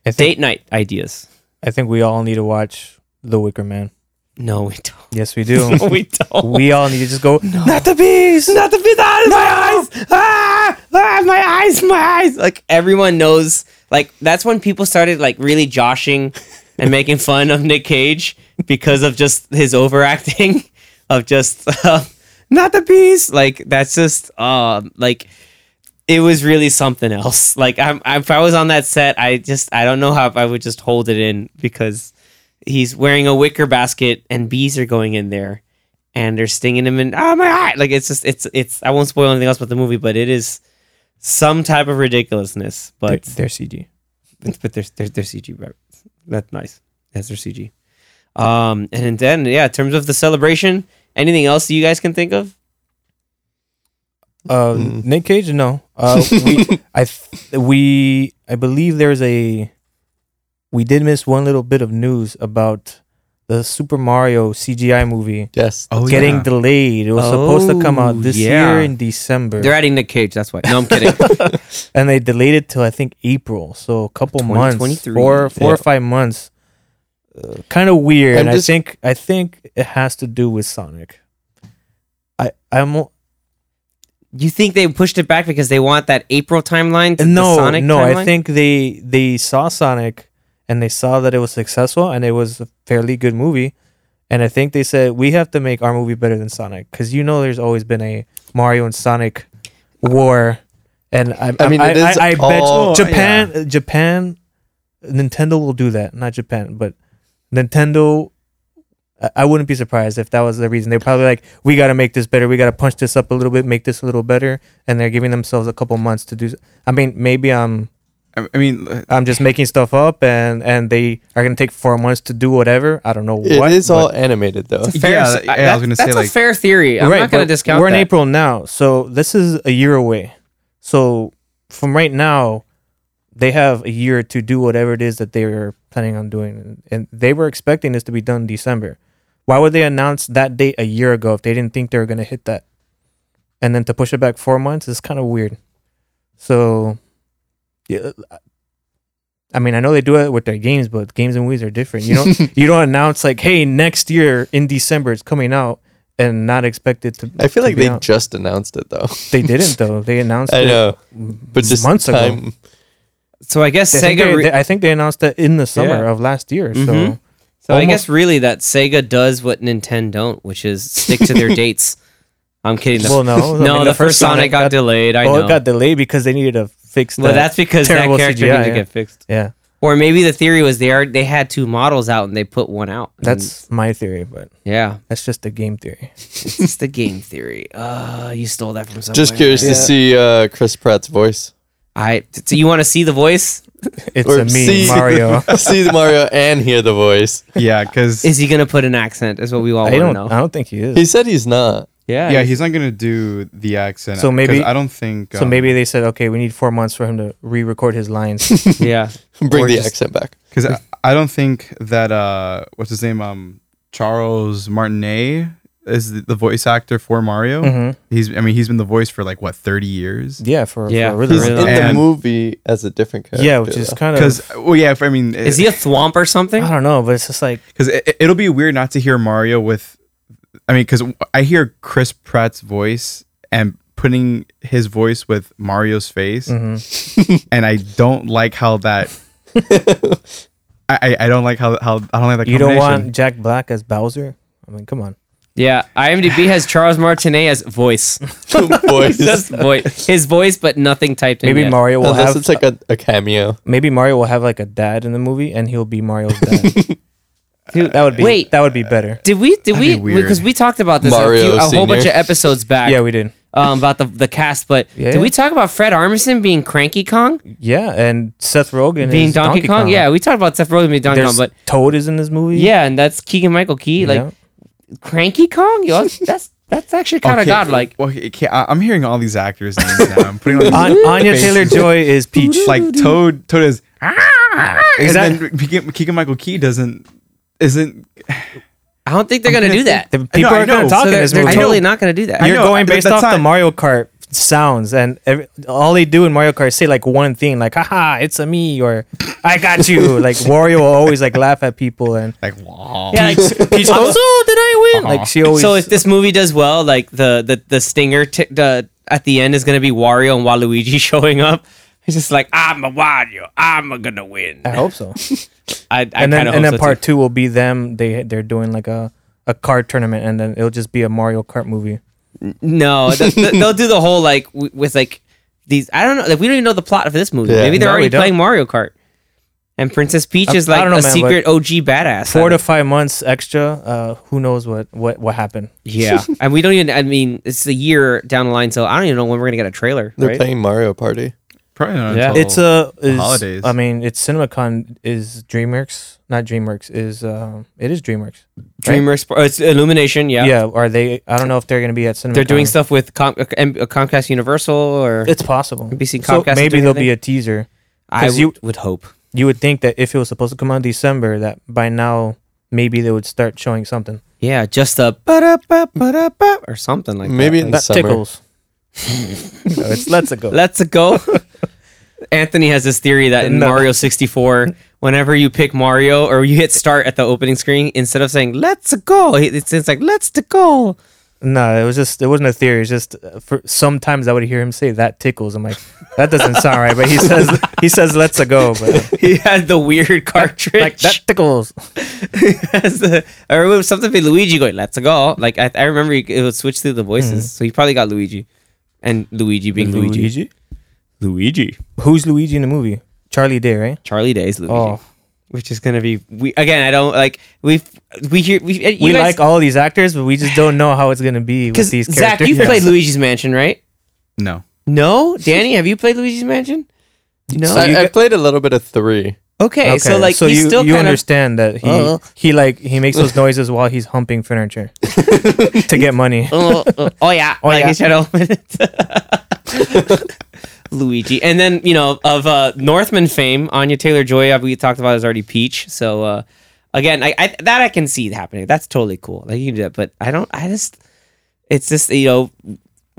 [SPEAKER 3] I think
[SPEAKER 1] date night ideas.
[SPEAKER 3] I think we all need to watch The Wicker Man.
[SPEAKER 1] No, we don't.
[SPEAKER 3] Yes, we do.
[SPEAKER 1] No, we don't.
[SPEAKER 3] we all need to just go.
[SPEAKER 1] not the bees. Not the bees. Ah, my eyes. Ah, ah, my eyes. My eyes. Like everyone knows. Like that's when people started like really joshing and making fun of Nick Cage because of just his overacting of just uh, not the bees. Like that's just uh, like it was really something else. Like I'm, I, if I was on that set, I just I don't know how if I would just hold it in because he's wearing a wicker basket and bees are going in there and they're stinging him and oh my eye like it's just it's it's I won't spoil anything else about the movie, but it is some type of ridiculousness.
[SPEAKER 3] They're,
[SPEAKER 1] But
[SPEAKER 3] they're CG.
[SPEAKER 1] it's- but there's there's their CG. right. That's nice. That's their CG. Um, and then yeah, in terms of the celebration, anything else you guys can think of?
[SPEAKER 3] Uh, Nick Cage, no. Uh, we, I th- we I believe there's a we did miss one little bit of news about the Super Mario CGI movie
[SPEAKER 2] Yes.
[SPEAKER 4] Oh,
[SPEAKER 3] getting
[SPEAKER 4] yeah.
[SPEAKER 3] delayed. It was supposed to come
[SPEAKER 1] Oh,
[SPEAKER 3] out this
[SPEAKER 1] yeah.
[SPEAKER 3] year in December,
[SPEAKER 1] They're adding Nick Cage. That's why. No, I'm kidding.
[SPEAKER 3] and they delayed it till I think April, so a couple months,
[SPEAKER 1] 2023.
[SPEAKER 3] four four or
[SPEAKER 2] Yeah.
[SPEAKER 3] five months. kind of weird,
[SPEAKER 2] I'm
[SPEAKER 3] and
[SPEAKER 2] just-
[SPEAKER 3] I think I think it has to do with Sonic. I I'm o-
[SPEAKER 1] you think they pushed it back because they want that April timeline? To
[SPEAKER 3] no
[SPEAKER 1] the Sonic
[SPEAKER 3] no
[SPEAKER 1] timeline?
[SPEAKER 3] i think they they saw sonic and they saw that it was successful and it was a fairly good movie and i think they said we have to make our movie better than sonic because you know there's always been a mario and sonic war and i,
[SPEAKER 2] I mean,
[SPEAKER 3] I,
[SPEAKER 2] it is
[SPEAKER 3] I, I
[SPEAKER 2] all-
[SPEAKER 3] bet japan japan nintendo will do that not japan but nintendo I- I wouldn't be surprised if that was the reason. They're probably like, we got to make this better. We got to punch this up a little bit, make this a little better, and they're giving themselves a couple months to do. s- I mean, maybe I'm
[SPEAKER 4] I I mean, uh,
[SPEAKER 3] I'm just making stuff up, and and they are gonna take four months to do whatever. I don't know
[SPEAKER 2] It is
[SPEAKER 3] what.
[SPEAKER 2] all animated though.
[SPEAKER 1] Fair-
[SPEAKER 4] Yeah,
[SPEAKER 1] s-
[SPEAKER 4] yeah, I
[SPEAKER 1] that-
[SPEAKER 4] was gonna say,
[SPEAKER 1] that's
[SPEAKER 4] like-
[SPEAKER 1] a fair theory.
[SPEAKER 3] but-
[SPEAKER 1] I'm not gonna
[SPEAKER 3] but
[SPEAKER 1] discount
[SPEAKER 3] We're
[SPEAKER 1] that.
[SPEAKER 3] in April now, so this is a year away. So from right now, they have a year to do whatever it is that they are planning on doing, and, and they were expecting this to be done in December. Why would they announce that date a year ago if they didn't think they were gonna hit that? And then to push it back four months is kind of weird. So, yeah, I mean, I know they do it with their games, but games and movies are different. You don't you don't announce like, hey, next year in December it's coming out, and not expect it to.
[SPEAKER 2] I feel
[SPEAKER 3] to
[SPEAKER 2] like
[SPEAKER 3] be
[SPEAKER 2] they
[SPEAKER 3] out.
[SPEAKER 2] just announced it though.
[SPEAKER 3] they didn't though. They announced.
[SPEAKER 2] I
[SPEAKER 3] it.
[SPEAKER 2] know, but just
[SPEAKER 3] months ago.
[SPEAKER 2] time.
[SPEAKER 1] so I guess
[SPEAKER 3] I think,
[SPEAKER 1] Sega.
[SPEAKER 3] they,
[SPEAKER 1] re-
[SPEAKER 3] they- I think they announced that in the summer
[SPEAKER 1] Yeah.
[SPEAKER 3] of last year.
[SPEAKER 1] Mhm.
[SPEAKER 2] Mm-hmm.
[SPEAKER 3] So
[SPEAKER 1] so I
[SPEAKER 3] almost-
[SPEAKER 1] guess really that Sega does what Nintendo don't, which is stick to their dates. I'm kidding. The-
[SPEAKER 3] well, no, I
[SPEAKER 1] no,
[SPEAKER 3] mean,
[SPEAKER 1] the, first Sonic got, delayed. I
[SPEAKER 3] oh,
[SPEAKER 1] know.
[SPEAKER 3] it got delayed because they needed to fix.
[SPEAKER 1] well,
[SPEAKER 3] that.
[SPEAKER 1] that's because that
[SPEAKER 3] terrible
[SPEAKER 1] character
[SPEAKER 3] CGI,
[SPEAKER 1] needed to
[SPEAKER 3] yeah.
[SPEAKER 1] get fixed.
[SPEAKER 3] yeah.
[SPEAKER 2] Mm.
[SPEAKER 1] Or maybe the theory was they are they had two models out and they put one out. And-
[SPEAKER 3] That's my theory, but
[SPEAKER 1] yeah.
[SPEAKER 3] that's just a game theory.
[SPEAKER 1] It's just the game theory. Uh, you stole that from somewhere.
[SPEAKER 2] Just curious
[SPEAKER 3] Yeah.
[SPEAKER 2] to see uh, Chris Pratt's voice.
[SPEAKER 1] I. So you want to see the voice?
[SPEAKER 3] It's
[SPEAKER 2] Or
[SPEAKER 3] a me,
[SPEAKER 2] see-
[SPEAKER 3] Mario.
[SPEAKER 2] see the Mario and hear the voice.
[SPEAKER 4] yeah, because
[SPEAKER 1] Is he gonna put an accent? Is what we all
[SPEAKER 3] I
[SPEAKER 1] want to
[SPEAKER 3] don't.
[SPEAKER 1] know.
[SPEAKER 3] I don't think he is.
[SPEAKER 2] He said he's not.
[SPEAKER 1] yeah.
[SPEAKER 4] yeah, he's not gonna do the accent. uh,
[SPEAKER 3] So
[SPEAKER 4] 'cause
[SPEAKER 3] maybe-
[SPEAKER 4] I don't think. uh,
[SPEAKER 3] So maybe they said, okay, we need four months for him to re-record his lines.
[SPEAKER 1] yeah.
[SPEAKER 2] Bring
[SPEAKER 3] Or
[SPEAKER 2] the
[SPEAKER 3] just-
[SPEAKER 2] accent back.
[SPEAKER 4] because I, I don't think that uh, what's his name um Charles Martinet is the- the voice actor for Mario.
[SPEAKER 3] Mhm.
[SPEAKER 4] He's I mean he's been the voice for like what thirty years.
[SPEAKER 3] Yeah, for
[SPEAKER 1] Yeah.
[SPEAKER 3] for a really,
[SPEAKER 2] He's
[SPEAKER 1] Really?
[SPEAKER 2] in
[SPEAKER 3] long-
[SPEAKER 2] the
[SPEAKER 4] And-
[SPEAKER 2] movie as a different character.
[SPEAKER 3] yeah, which is
[SPEAKER 2] though.
[SPEAKER 3] kind
[SPEAKER 4] Because
[SPEAKER 3] of
[SPEAKER 4] well yeah if, I mean
[SPEAKER 1] Is he a thwomp or something?
[SPEAKER 3] I don't know, but it's just like
[SPEAKER 4] because it, it'll be weird not to hear Mario with. I mean, because I hear Chris Pratt's voice and putting his voice with Mario's face,
[SPEAKER 3] Mm-hmm.
[SPEAKER 4] and I don't like how that. I, I- I don't like how how I don't like that.
[SPEAKER 3] you don't
[SPEAKER 4] combination.
[SPEAKER 3] want Jack Black as Bowser. I mean, come on.
[SPEAKER 1] Yeah, IMDb has Charles Martinet as voice.
[SPEAKER 2] voice.
[SPEAKER 1] Just voice. His voice, but nothing typed in.
[SPEAKER 3] Maybe
[SPEAKER 1] yet.
[SPEAKER 3] Mario will
[SPEAKER 2] Unless
[SPEAKER 3] have
[SPEAKER 2] it's like a, a cameo.
[SPEAKER 3] maybe Mario will have like a dad in the movie, and he'll be Mario's dad.
[SPEAKER 1] Dude,
[SPEAKER 3] that would be
[SPEAKER 1] Wait.
[SPEAKER 3] that would be better.
[SPEAKER 1] Did we? Did
[SPEAKER 4] be
[SPEAKER 1] we?
[SPEAKER 4] weird.
[SPEAKER 1] Because we talked about this
[SPEAKER 2] Mario
[SPEAKER 1] a, few, a
[SPEAKER 2] Senior.
[SPEAKER 1] whole bunch of episodes back.
[SPEAKER 3] Yeah, we did.
[SPEAKER 1] um, about the the cast, but
[SPEAKER 3] Yeah,
[SPEAKER 1] did we
[SPEAKER 3] yeah.
[SPEAKER 1] talk about Fred Armisen being Cranky Kong,
[SPEAKER 3] Yeah, and Seth Rogen
[SPEAKER 1] being
[SPEAKER 3] is
[SPEAKER 1] Donkey, Kong? Yeah, we talked about Seth Rogen being Donkey
[SPEAKER 3] There's
[SPEAKER 1] Kong, but
[SPEAKER 3] Toad is in this movie.
[SPEAKER 1] yeah, and that's Keegan Michael Key,
[SPEAKER 3] You
[SPEAKER 1] like
[SPEAKER 3] know?
[SPEAKER 1] Cranky Kong. Yo, that's- that's that's actually kind of
[SPEAKER 4] Okay,
[SPEAKER 1] godlike.
[SPEAKER 4] Okay, okay, I, I'm hearing all these actors' names now. I'm putting on
[SPEAKER 3] An-
[SPEAKER 4] these
[SPEAKER 3] Anya
[SPEAKER 4] faces.
[SPEAKER 3] Taylor Joy is Peach.
[SPEAKER 4] Like Toad, Toad is. "Ah!" and
[SPEAKER 3] that-
[SPEAKER 4] then Keegan Keegan Michael Key doesn't isn't.
[SPEAKER 1] I don't think they're gonna do that.
[SPEAKER 3] The people
[SPEAKER 4] I
[SPEAKER 3] are
[SPEAKER 4] know.
[SPEAKER 3] going to
[SPEAKER 4] So
[SPEAKER 3] talk
[SPEAKER 1] So
[SPEAKER 3] in
[SPEAKER 1] they're,
[SPEAKER 3] this
[SPEAKER 1] they're
[SPEAKER 3] movie.
[SPEAKER 1] totally not gonna do that.
[SPEAKER 4] I
[SPEAKER 3] You're
[SPEAKER 4] know,
[SPEAKER 3] going
[SPEAKER 4] th-
[SPEAKER 3] based
[SPEAKER 4] that's
[SPEAKER 3] off the
[SPEAKER 4] not-
[SPEAKER 3] Mario Kart sounds, and every, all they do in Mario Kart is say like one thing, like "haha, it's a me" or "I got you." like Wario will always like laugh at people, and
[SPEAKER 4] Like wow.
[SPEAKER 1] Yeah, like,
[SPEAKER 3] Peach goes, "Oh, did I win?" Like she always.
[SPEAKER 1] so if this movie does well, like the the the stinger t- the, at the end is gonna be Wario and Waluigi showing up. It's just like I'm a Wario, I'm gonna win.
[SPEAKER 3] I
[SPEAKER 1] I,
[SPEAKER 3] hope so.
[SPEAKER 1] I
[SPEAKER 3] and
[SPEAKER 1] kinda
[SPEAKER 3] then
[SPEAKER 1] hope
[SPEAKER 3] and then
[SPEAKER 1] so too.
[SPEAKER 3] part two will be them. They they're doing like a a card tournament, and then it'll just be a Mario Kart movie.
[SPEAKER 1] No, th- th- they'll do the whole like w- with like these. I don't know. Like we don't even know the plot of this movie.
[SPEAKER 2] Yeah.
[SPEAKER 1] Maybe they're
[SPEAKER 3] No, we
[SPEAKER 1] already
[SPEAKER 3] don't.
[SPEAKER 1] playing Mario Kart. And Princess Peach
[SPEAKER 3] I-
[SPEAKER 1] is
[SPEAKER 3] I
[SPEAKER 1] like
[SPEAKER 3] don't know,
[SPEAKER 1] a
[SPEAKER 3] man,
[SPEAKER 1] secret OG badass.
[SPEAKER 3] Four to five months extra. Uh, who knows what what what happened?
[SPEAKER 1] yeah, and we don't even. I mean, it's a year down the line, so I don't even know when we're gonna get a trailer.
[SPEAKER 2] They're
[SPEAKER 1] right?
[SPEAKER 2] playing Mario Party.
[SPEAKER 4] Probably not
[SPEAKER 1] Yeah.
[SPEAKER 4] until
[SPEAKER 3] it's a is,
[SPEAKER 4] Oh, holidays.
[SPEAKER 3] I mean, it's CinemaCon is DreamWorks, not DreamWorks is um, it is DreamWorks.
[SPEAKER 1] DreamWorks, or uh, it's Illumination. Yeah,
[SPEAKER 3] Yeah. are they? I don't know if they're gonna be at CinemaCon.
[SPEAKER 1] they're doing stuff with Com- uh, M- uh, Comcast Universal, or
[SPEAKER 3] It's possible.
[SPEAKER 1] NBC
[SPEAKER 3] so
[SPEAKER 1] Comcast
[SPEAKER 3] maybe
[SPEAKER 1] doing
[SPEAKER 3] there'll
[SPEAKER 1] anything?
[SPEAKER 3] be a teaser.
[SPEAKER 1] I
[SPEAKER 3] 'cause you-
[SPEAKER 1] would- would hope.
[SPEAKER 3] You would think that if it was supposed to come out in December, that by now maybe they would start showing something.
[SPEAKER 1] Yeah, just a ba-da-ba, ba-da-ba, or something like
[SPEAKER 2] Maybe
[SPEAKER 1] that.
[SPEAKER 2] in
[SPEAKER 1] Like,
[SPEAKER 2] the
[SPEAKER 3] That
[SPEAKER 2] summer.
[SPEAKER 3] tickles. No, it's let's go.
[SPEAKER 1] Let's go. Anthony has this theory that in
[SPEAKER 3] No.
[SPEAKER 1] Mario 64, whenever you pick Mario or you hit start at the opening screen, instead of saying "Let's go," it- it's, it's like "Let's to go."
[SPEAKER 3] No, it was just it wasn't a theory. It's just uh, for sometimes I would hear him say that tickles. I'm like, that doesn't sound right. But he says he says let's go. But uh,
[SPEAKER 1] He had the weird cartridge.
[SPEAKER 3] like that tickles.
[SPEAKER 1] Has the- I remember something with Luigi going "Let's go." Like I, I remember you- it would switch through the voices,
[SPEAKER 3] Hmm.
[SPEAKER 1] so you probably got Luigi, and Luigi being Luigi. Luigi.
[SPEAKER 3] Who's Luigi in the movie? Charlie Day, right?
[SPEAKER 1] Charlie Day's Luigi.
[SPEAKER 3] Oh.
[SPEAKER 1] Which is gonna be we again. I don't like we we hear we you
[SPEAKER 3] we
[SPEAKER 1] guys-
[SPEAKER 3] like all these actors, but we just don't know how it's gonna be with
[SPEAKER 1] 'cause
[SPEAKER 3] these
[SPEAKER 1] Zach,
[SPEAKER 3] characters.
[SPEAKER 1] you've played Luigi's Mansion, right?
[SPEAKER 4] no.
[SPEAKER 1] No, Danny, have you played Luigi's Mansion? No.
[SPEAKER 2] I, I played a little bit of three.
[SPEAKER 1] okay, so like he's
[SPEAKER 3] you,
[SPEAKER 1] still
[SPEAKER 3] you
[SPEAKER 1] kind of
[SPEAKER 3] understand that he
[SPEAKER 1] Uh.
[SPEAKER 3] he like he makes those noises while he's humping furniture to get money.
[SPEAKER 1] oh, oh, oh, yeah,
[SPEAKER 3] Oh,
[SPEAKER 1] like
[SPEAKER 3] yeah.
[SPEAKER 1] he's trying to open it. Luigi, and then you know of uh, Northman fame, Anya Taylor Joy. We talked about is already Peach. So uh, again, I, I that I can see it happening. That's totally cool. Like you can do that, but I don't. I just it's just you know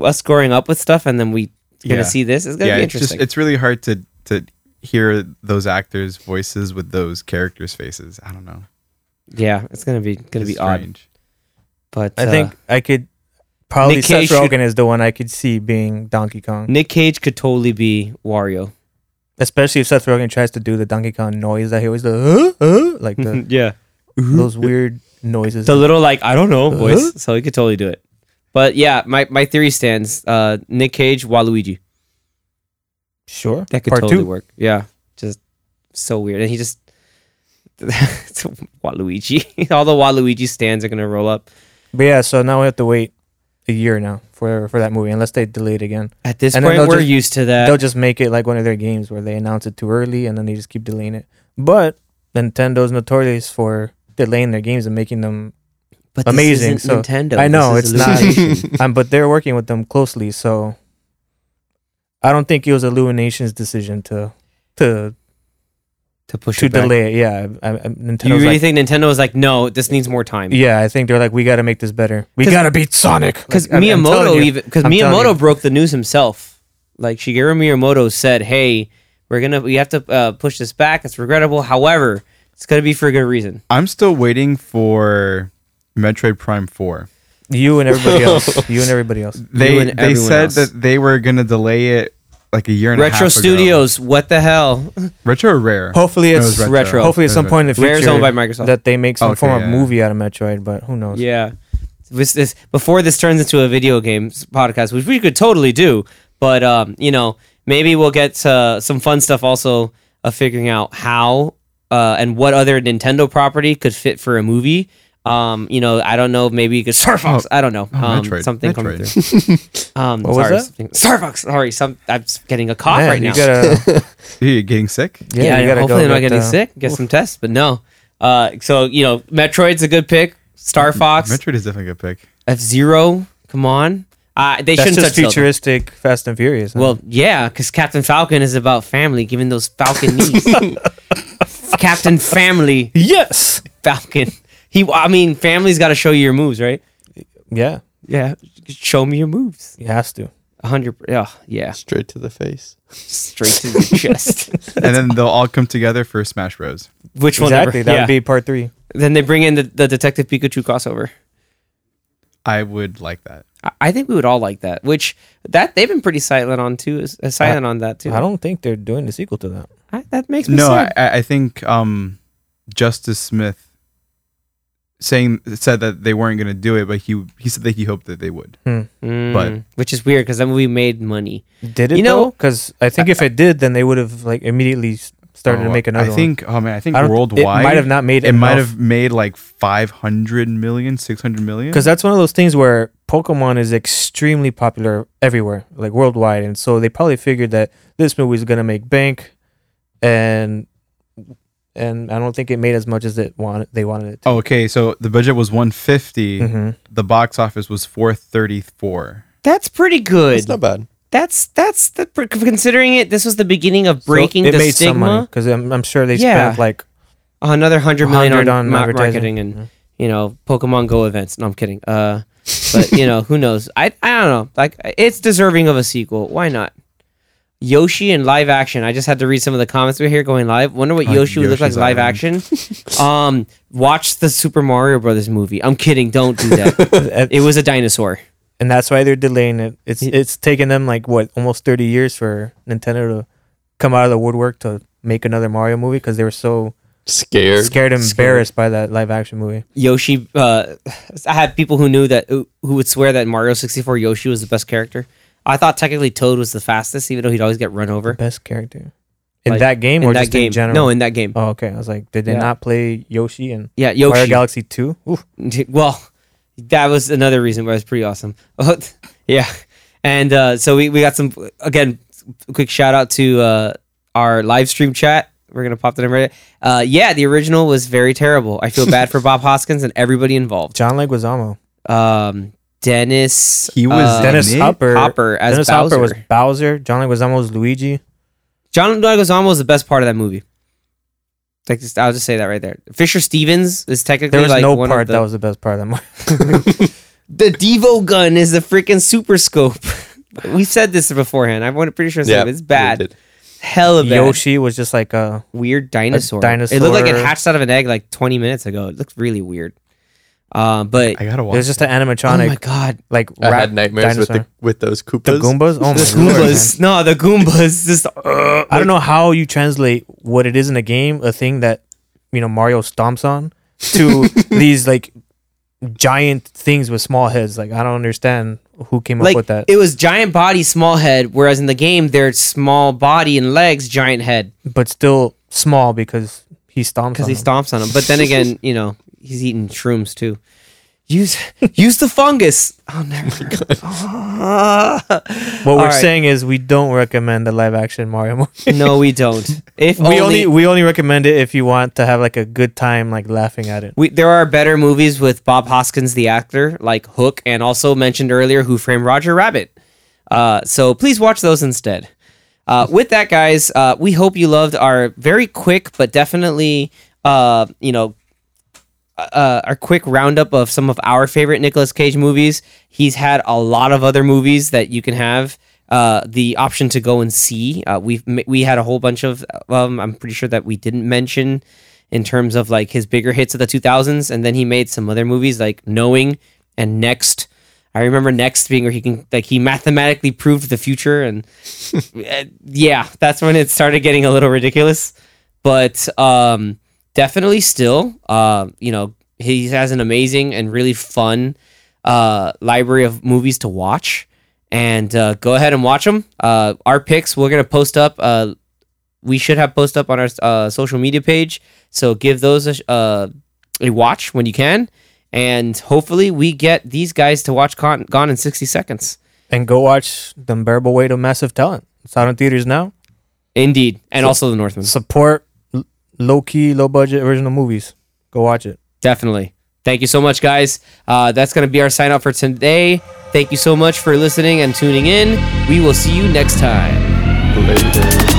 [SPEAKER 1] us growing up with stuff, and then we gonna
[SPEAKER 4] Yeah.
[SPEAKER 1] see this. It's gonna
[SPEAKER 4] yeah,
[SPEAKER 1] be
[SPEAKER 4] it's just
[SPEAKER 1] interesting.
[SPEAKER 4] it's really hard to to hear those actors' voices with those characters' faces. I don't know.
[SPEAKER 1] yeah, it's gonna be gonna
[SPEAKER 4] It's
[SPEAKER 1] be odd.
[SPEAKER 4] strange.
[SPEAKER 1] But
[SPEAKER 3] I
[SPEAKER 1] uh,
[SPEAKER 3] think I could probably
[SPEAKER 1] Nick
[SPEAKER 3] Seth
[SPEAKER 1] Cage should-
[SPEAKER 3] Rogen is the one I could see being Donkey Kong,
[SPEAKER 1] Nick Cage could totally be Wario.
[SPEAKER 3] especially if Seth Rogen tries to do the Donkey Kong noise that he always does, "Huh? Huh?" like the,
[SPEAKER 1] yeah.
[SPEAKER 3] those weird noises.
[SPEAKER 1] The little like I don't know voice. So he could totally do it. But yeah, my, my theory stands. Uh Nick Cage, Waluigi.
[SPEAKER 3] sure,
[SPEAKER 1] That could
[SPEAKER 3] part
[SPEAKER 1] totally
[SPEAKER 3] two.
[SPEAKER 1] work. Yeah. Just so weird. And he just it's Waluigi. All the Waluigi stands are gonna roll up.
[SPEAKER 3] But yeah, so now we have to wait a year now for for that movie, unless they delay it again.
[SPEAKER 1] At this
[SPEAKER 3] And then
[SPEAKER 1] point
[SPEAKER 3] they'll
[SPEAKER 1] we're
[SPEAKER 3] just-
[SPEAKER 1] used to
[SPEAKER 3] They'll
[SPEAKER 1] that.
[SPEAKER 3] just make it like one of their games where they announce it too early and then they just keep delaying it. But Nintendo's notorious for delaying their games and making them.
[SPEAKER 1] But
[SPEAKER 3] amazing,
[SPEAKER 1] is
[SPEAKER 3] so-
[SPEAKER 1] Nintendo.
[SPEAKER 3] I know,
[SPEAKER 1] This is
[SPEAKER 3] it's not-
[SPEAKER 1] Illumination.
[SPEAKER 3] um, but they're working with them closely, so I don't think it was Illumination's decision to to
[SPEAKER 1] to push
[SPEAKER 3] to
[SPEAKER 1] it back.
[SPEAKER 3] delay it. Yeah, I, I, Nintendo's
[SPEAKER 1] You really
[SPEAKER 3] like,
[SPEAKER 1] think Nintendo was like, no, this needs more time?
[SPEAKER 3] yeah, I think they're like, we got to make this better. We
[SPEAKER 1] 'Cause-
[SPEAKER 3] got to beat Sonic.
[SPEAKER 1] because
[SPEAKER 3] Like, I'm- I'm telling
[SPEAKER 1] Miyamoto
[SPEAKER 3] you.
[SPEAKER 1] even because
[SPEAKER 3] I'm telling
[SPEAKER 1] Miyamoto
[SPEAKER 3] you.
[SPEAKER 1] broke the news himself. Like Shigeru Miyamoto said, "Hey, we're gonna we have to uh, push this back. It's regrettable. However, it's gonna be for a good reason."
[SPEAKER 4] I'm still waiting for Metroid Prime Four.
[SPEAKER 3] you and everybody else, you and everybody else.
[SPEAKER 1] You
[SPEAKER 4] They
[SPEAKER 1] and
[SPEAKER 4] they
[SPEAKER 1] everyone
[SPEAKER 4] said
[SPEAKER 1] else.
[SPEAKER 4] that they were gonna delay it like a year and a half.
[SPEAKER 1] Retro
[SPEAKER 4] ago.
[SPEAKER 1] Studios, what the hell?
[SPEAKER 4] Retro or Rare.
[SPEAKER 3] Hopefully
[SPEAKER 4] No, it
[SPEAKER 3] it's
[SPEAKER 4] was
[SPEAKER 1] retro.
[SPEAKER 3] hopefully at
[SPEAKER 4] It
[SPEAKER 3] some
[SPEAKER 4] was
[SPEAKER 3] point in the
[SPEAKER 1] Rare is
[SPEAKER 3] future
[SPEAKER 1] owned by Microsoft.
[SPEAKER 3] that they make some
[SPEAKER 4] Okay,
[SPEAKER 3] form of
[SPEAKER 4] yeah.
[SPEAKER 3] movie out of Metroid, but who knows?
[SPEAKER 1] yeah, this, this before this turns into a video games podcast, which we could totally do. But um, you know, maybe we'll get uh, some fun stuff also of figuring out how uh, and what other Nintendo property could fit for a movie. Um, you know, I don't know. Maybe you could Star Fox. I don't know.
[SPEAKER 4] Oh,
[SPEAKER 1] um,
[SPEAKER 4] Metroid.
[SPEAKER 1] Something coming
[SPEAKER 4] Metroid.
[SPEAKER 1] through. Um,
[SPEAKER 3] What was
[SPEAKER 1] sorry,
[SPEAKER 3] that?
[SPEAKER 1] something- Starbucks. Sorry, some I'm just getting a cough
[SPEAKER 3] Man,
[SPEAKER 1] right
[SPEAKER 3] you
[SPEAKER 1] now.
[SPEAKER 3] gotta,
[SPEAKER 4] Dude, you're getting sick.
[SPEAKER 3] yeah,
[SPEAKER 1] yeah,
[SPEAKER 3] you gotta
[SPEAKER 1] hopefully
[SPEAKER 3] go
[SPEAKER 1] I'm not
[SPEAKER 3] get,
[SPEAKER 1] getting
[SPEAKER 3] uh,
[SPEAKER 1] sick. Get some tests, but no. Uh, so you know, Metroid's a good pick. Star Fox,
[SPEAKER 4] Metroid is definitely a good pick.
[SPEAKER 1] F Zero. Come on, uh, they
[SPEAKER 3] That's
[SPEAKER 1] shouldn't touch
[SPEAKER 3] just
[SPEAKER 1] future.
[SPEAKER 3] futuristic Fast and Furious. huh?
[SPEAKER 1] Well, yeah, because Captain Falcon is about family, giving those Falcon knees. Captain Family
[SPEAKER 3] yes,
[SPEAKER 1] Falcon. He, I mean, family's got to show you your moves, right?
[SPEAKER 3] yeah,
[SPEAKER 1] Yeah, show me your moves.
[SPEAKER 3] he has to.
[SPEAKER 1] A hundred. Yeah, yeah,
[SPEAKER 2] Straight to the face.
[SPEAKER 1] straight to the chest.
[SPEAKER 4] and then they'll all come together for Smash Bros.
[SPEAKER 1] Which one?
[SPEAKER 3] Exactly, that
[SPEAKER 1] yeah.
[SPEAKER 3] would be part three.
[SPEAKER 1] Then they bring in the, the Detective Pikachu crossover.
[SPEAKER 4] I would like that.
[SPEAKER 1] I, I think we would all like that. Which that they've been pretty silent on too. is- uh, silent on that too.
[SPEAKER 3] I don't think they're doing the sequel to that.
[SPEAKER 1] I, that makes me
[SPEAKER 4] No, I,
[SPEAKER 1] sad.
[SPEAKER 4] I I think um, Justice Smith saying said that they weren't going to do it, but he he said that he hoped that they would.
[SPEAKER 1] Mm,
[SPEAKER 4] but-
[SPEAKER 1] which is weird because that movie made money.
[SPEAKER 3] Did it?
[SPEAKER 1] You know-
[SPEAKER 3] because I think if it did, then they would have like immediately s- started to
[SPEAKER 4] Oh,
[SPEAKER 3] make another.
[SPEAKER 4] I
[SPEAKER 3] one.
[SPEAKER 4] think. Oh man, I think
[SPEAKER 3] I don't-
[SPEAKER 4] worldwide
[SPEAKER 3] it might have not made
[SPEAKER 4] It might
[SPEAKER 3] enough.
[SPEAKER 4] have made like 500 million, 600 million.
[SPEAKER 3] because that's one of those things where Pokemon is extremely popular everywhere, like worldwide, and so they probably figured that this movie is gonna make bank, and and I don't think it made as much as it wanted. They wanted it. To.
[SPEAKER 4] Oh, okay, so the budget was 150.
[SPEAKER 3] hmm
[SPEAKER 4] The box office was 434.
[SPEAKER 1] That's pretty
[SPEAKER 2] It's
[SPEAKER 1] good.
[SPEAKER 2] not bad.
[SPEAKER 1] that's that's the, pr- considering it. This was the beginning of breaking the stigma.
[SPEAKER 3] because I'm, I'm sure they
[SPEAKER 1] Yeah.
[SPEAKER 3] spent like
[SPEAKER 1] Another hundred million
[SPEAKER 3] 100
[SPEAKER 1] on,
[SPEAKER 3] on
[SPEAKER 1] ma-
[SPEAKER 3] advertising.
[SPEAKER 1] marketing and you know Pokemon Go events. No, I'm kidding. Uh, but you know who knows? I I don't know. Like it's deserving of a sequel. Why not? Yoshi in live action. I just had to read some of the comments we are here going live. Wonder what
[SPEAKER 4] Oh,
[SPEAKER 1] Yoshi would look like
[SPEAKER 4] Yoshi's
[SPEAKER 1] live
[SPEAKER 4] Island.
[SPEAKER 1] action. um, watch the Super Mario Brothers movie. I'm kidding. Don't do that.
[SPEAKER 3] and
[SPEAKER 1] it was a dinosaur.
[SPEAKER 3] and that's why they're delaying it. It's it's taken them like what almost thirty years for Nintendo to come out of the woodwork to make another Mario movie because they were so
[SPEAKER 2] Scared.
[SPEAKER 3] scared and embarrassed by that live action movie.
[SPEAKER 1] Yoshi. Uh, I had people who knew that who would swear that Mario 64 Yoshi was the best character. I thought technically Toad was the fastest, even though he'd always get run over
[SPEAKER 3] Best character in
[SPEAKER 1] Like,
[SPEAKER 3] that game
[SPEAKER 1] in
[SPEAKER 3] or
[SPEAKER 1] that
[SPEAKER 3] just
[SPEAKER 1] game.
[SPEAKER 3] in general?
[SPEAKER 1] No, in that game.
[SPEAKER 3] oh, okay. I was like, did they
[SPEAKER 1] Yeah.
[SPEAKER 3] not play Yoshi and
[SPEAKER 1] yeah,
[SPEAKER 3] Mario
[SPEAKER 1] Yoshi.
[SPEAKER 3] Galaxy Two?
[SPEAKER 1] well, that was another reason why it was pretty awesome. yeah. And uh, so we, we got some, again, quick shout out to uh, our live stream chat. We're going to pop that in right uh, Yeah, the original was very terrible. I feel bad for Bob Hoskins and everybody involved.
[SPEAKER 3] John Leguizamo, um,
[SPEAKER 1] Dennis.
[SPEAKER 4] He was
[SPEAKER 1] uh,
[SPEAKER 3] Dennis
[SPEAKER 4] Nick
[SPEAKER 3] Hopper,
[SPEAKER 1] Hopper as
[SPEAKER 3] Dennis
[SPEAKER 1] Bowser.
[SPEAKER 3] Hopper was Bowser. John Leguizamo was Luigi.
[SPEAKER 1] John Leguizamo was the best part of that movie. Like, just- I'll just say that right there. Fisher Stevens is technically
[SPEAKER 3] There was
[SPEAKER 1] like
[SPEAKER 3] no
[SPEAKER 1] one
[SPEAKER 3] part
[SPEAKER 1] of the,
[SPEAKER 3] that was the best part of that movie.
[SPEAKER 1] the Devo gun is the freaking super scope. we said this beforehand. I'm pretty sure I said it. it's bad.
[SPEAKER 2] they did.
[SPEAKER 1] Hell of a
[SPEAKER 3] Yoshi was just like uh
[SPEAKER 1] weird dinosaur. It looked like it
[SPEAKER 3] dinosaur.
[SPEAKER 1] hatched out of an egg like 20 minutes ago. It looked really weird. Um, but
[SPEAKER 4] I gotta
[SPEAKER 3] it was
[SPEAKER 4] watch.
[SPEAKER 3] just an
[SPEAKER 1] oh my
[SPEAKER 3] animatronic
[SPEAKER 1] god,
[SPEAKER 3] like
[SPEAKER 2] I
[SPEAKER 3] rat
[SPEAKER 2] had nightmares with the
[SPEAKER 3] dinosaur.
[SPEAKER 2] with those
[SPEAKER 3] the
[SPEAKER 2] Koopas.
[SPEAKER 3] Goombas. Oh my
[SPEAKER 1] the
[SPEAKER 3] lord, man.
[SPEAKER 1] Goombas. No, the Goombas. Just uh,
[SPEAKER 3] I don't know how you translate what it is in a game, a thing that you know Mario stomps on, to these like giant things with small heads. Like I don't understand who came
[SPEAKER 1] like
[SPEAKER 3] up with that.
[SPEAKER 1] it was giant body, small head. Whereas in the game, they're small body and legs, giant head.
[SPEAKER 3] but still small because he stomps.
[SPEAKER 1] because
[SPEAKER 3] On
[SPEAKER 1] he
[SPEAKER 3] them.
[SPEAKER 1] stomps on him. But then again, you know, he's eating shrooms too. Use use the fungus. I'll never.
[SPEAKER 3] Oh What we're
[SPEAKER 1] Alright.
[SPEAKER 3] saying is we don't recommend the live action Mario movie.
[SPEAKER 1] no, we don't. If
[SPEAKER 3] We only,
[SPEAKER 1] only,
[SPEAKER 3] we only recommend it if you want to have like a good time like laughing at it.
[SPEAKER 1] we, there are better movies with Bob Hoskins, the actor, like Hook, and also mentioned earlier, Who Framed Roger Rabbit. Uh, so please watch those instead. Uh, with that, guys, uh, we hope you loved our very quick, but definitely, uh, you know, uh, our quick roundup of some of our favorite Nicolas Cage movies. He's had a lot of other movies that you can have uh, the option to go and see. Uh, we've m- we had a whole bunch of um, I'm pretty sure that we didn't mention in terms of like his bigger hits of the 2000s, and then he made some other movies like Knowing and Next. I remember Next being where he can like he mathematically proved the future, and uh, yeah, that's when it started getting a little ridiculous. But um, definitely still uh, you know he has an amazing and really fun uh, library of movies to watch and uh, go ahead and watch them uh, our picks we're going to post up uh, we should have post up on our uh, social media page so give those a, sh- uh, a watch when you can and hopefully we get these guys to watch Con- gone in 60 seconds
[SPEAKER 3] And go watch The Unbearable Weight of Massive Talent. It's out in theaters now.
[SPEAKER 1] indeed and also the northman
[SPEAKER 3] Support l- low key, low budget original movies. Go watch it.
[SPEAKER 1] Definitely. Thank you so much, guys. Uh, that's going to be our sign off for today. Thank you so much for listening and tuning in. We will see you next time.
[SPEAKER 2] Later.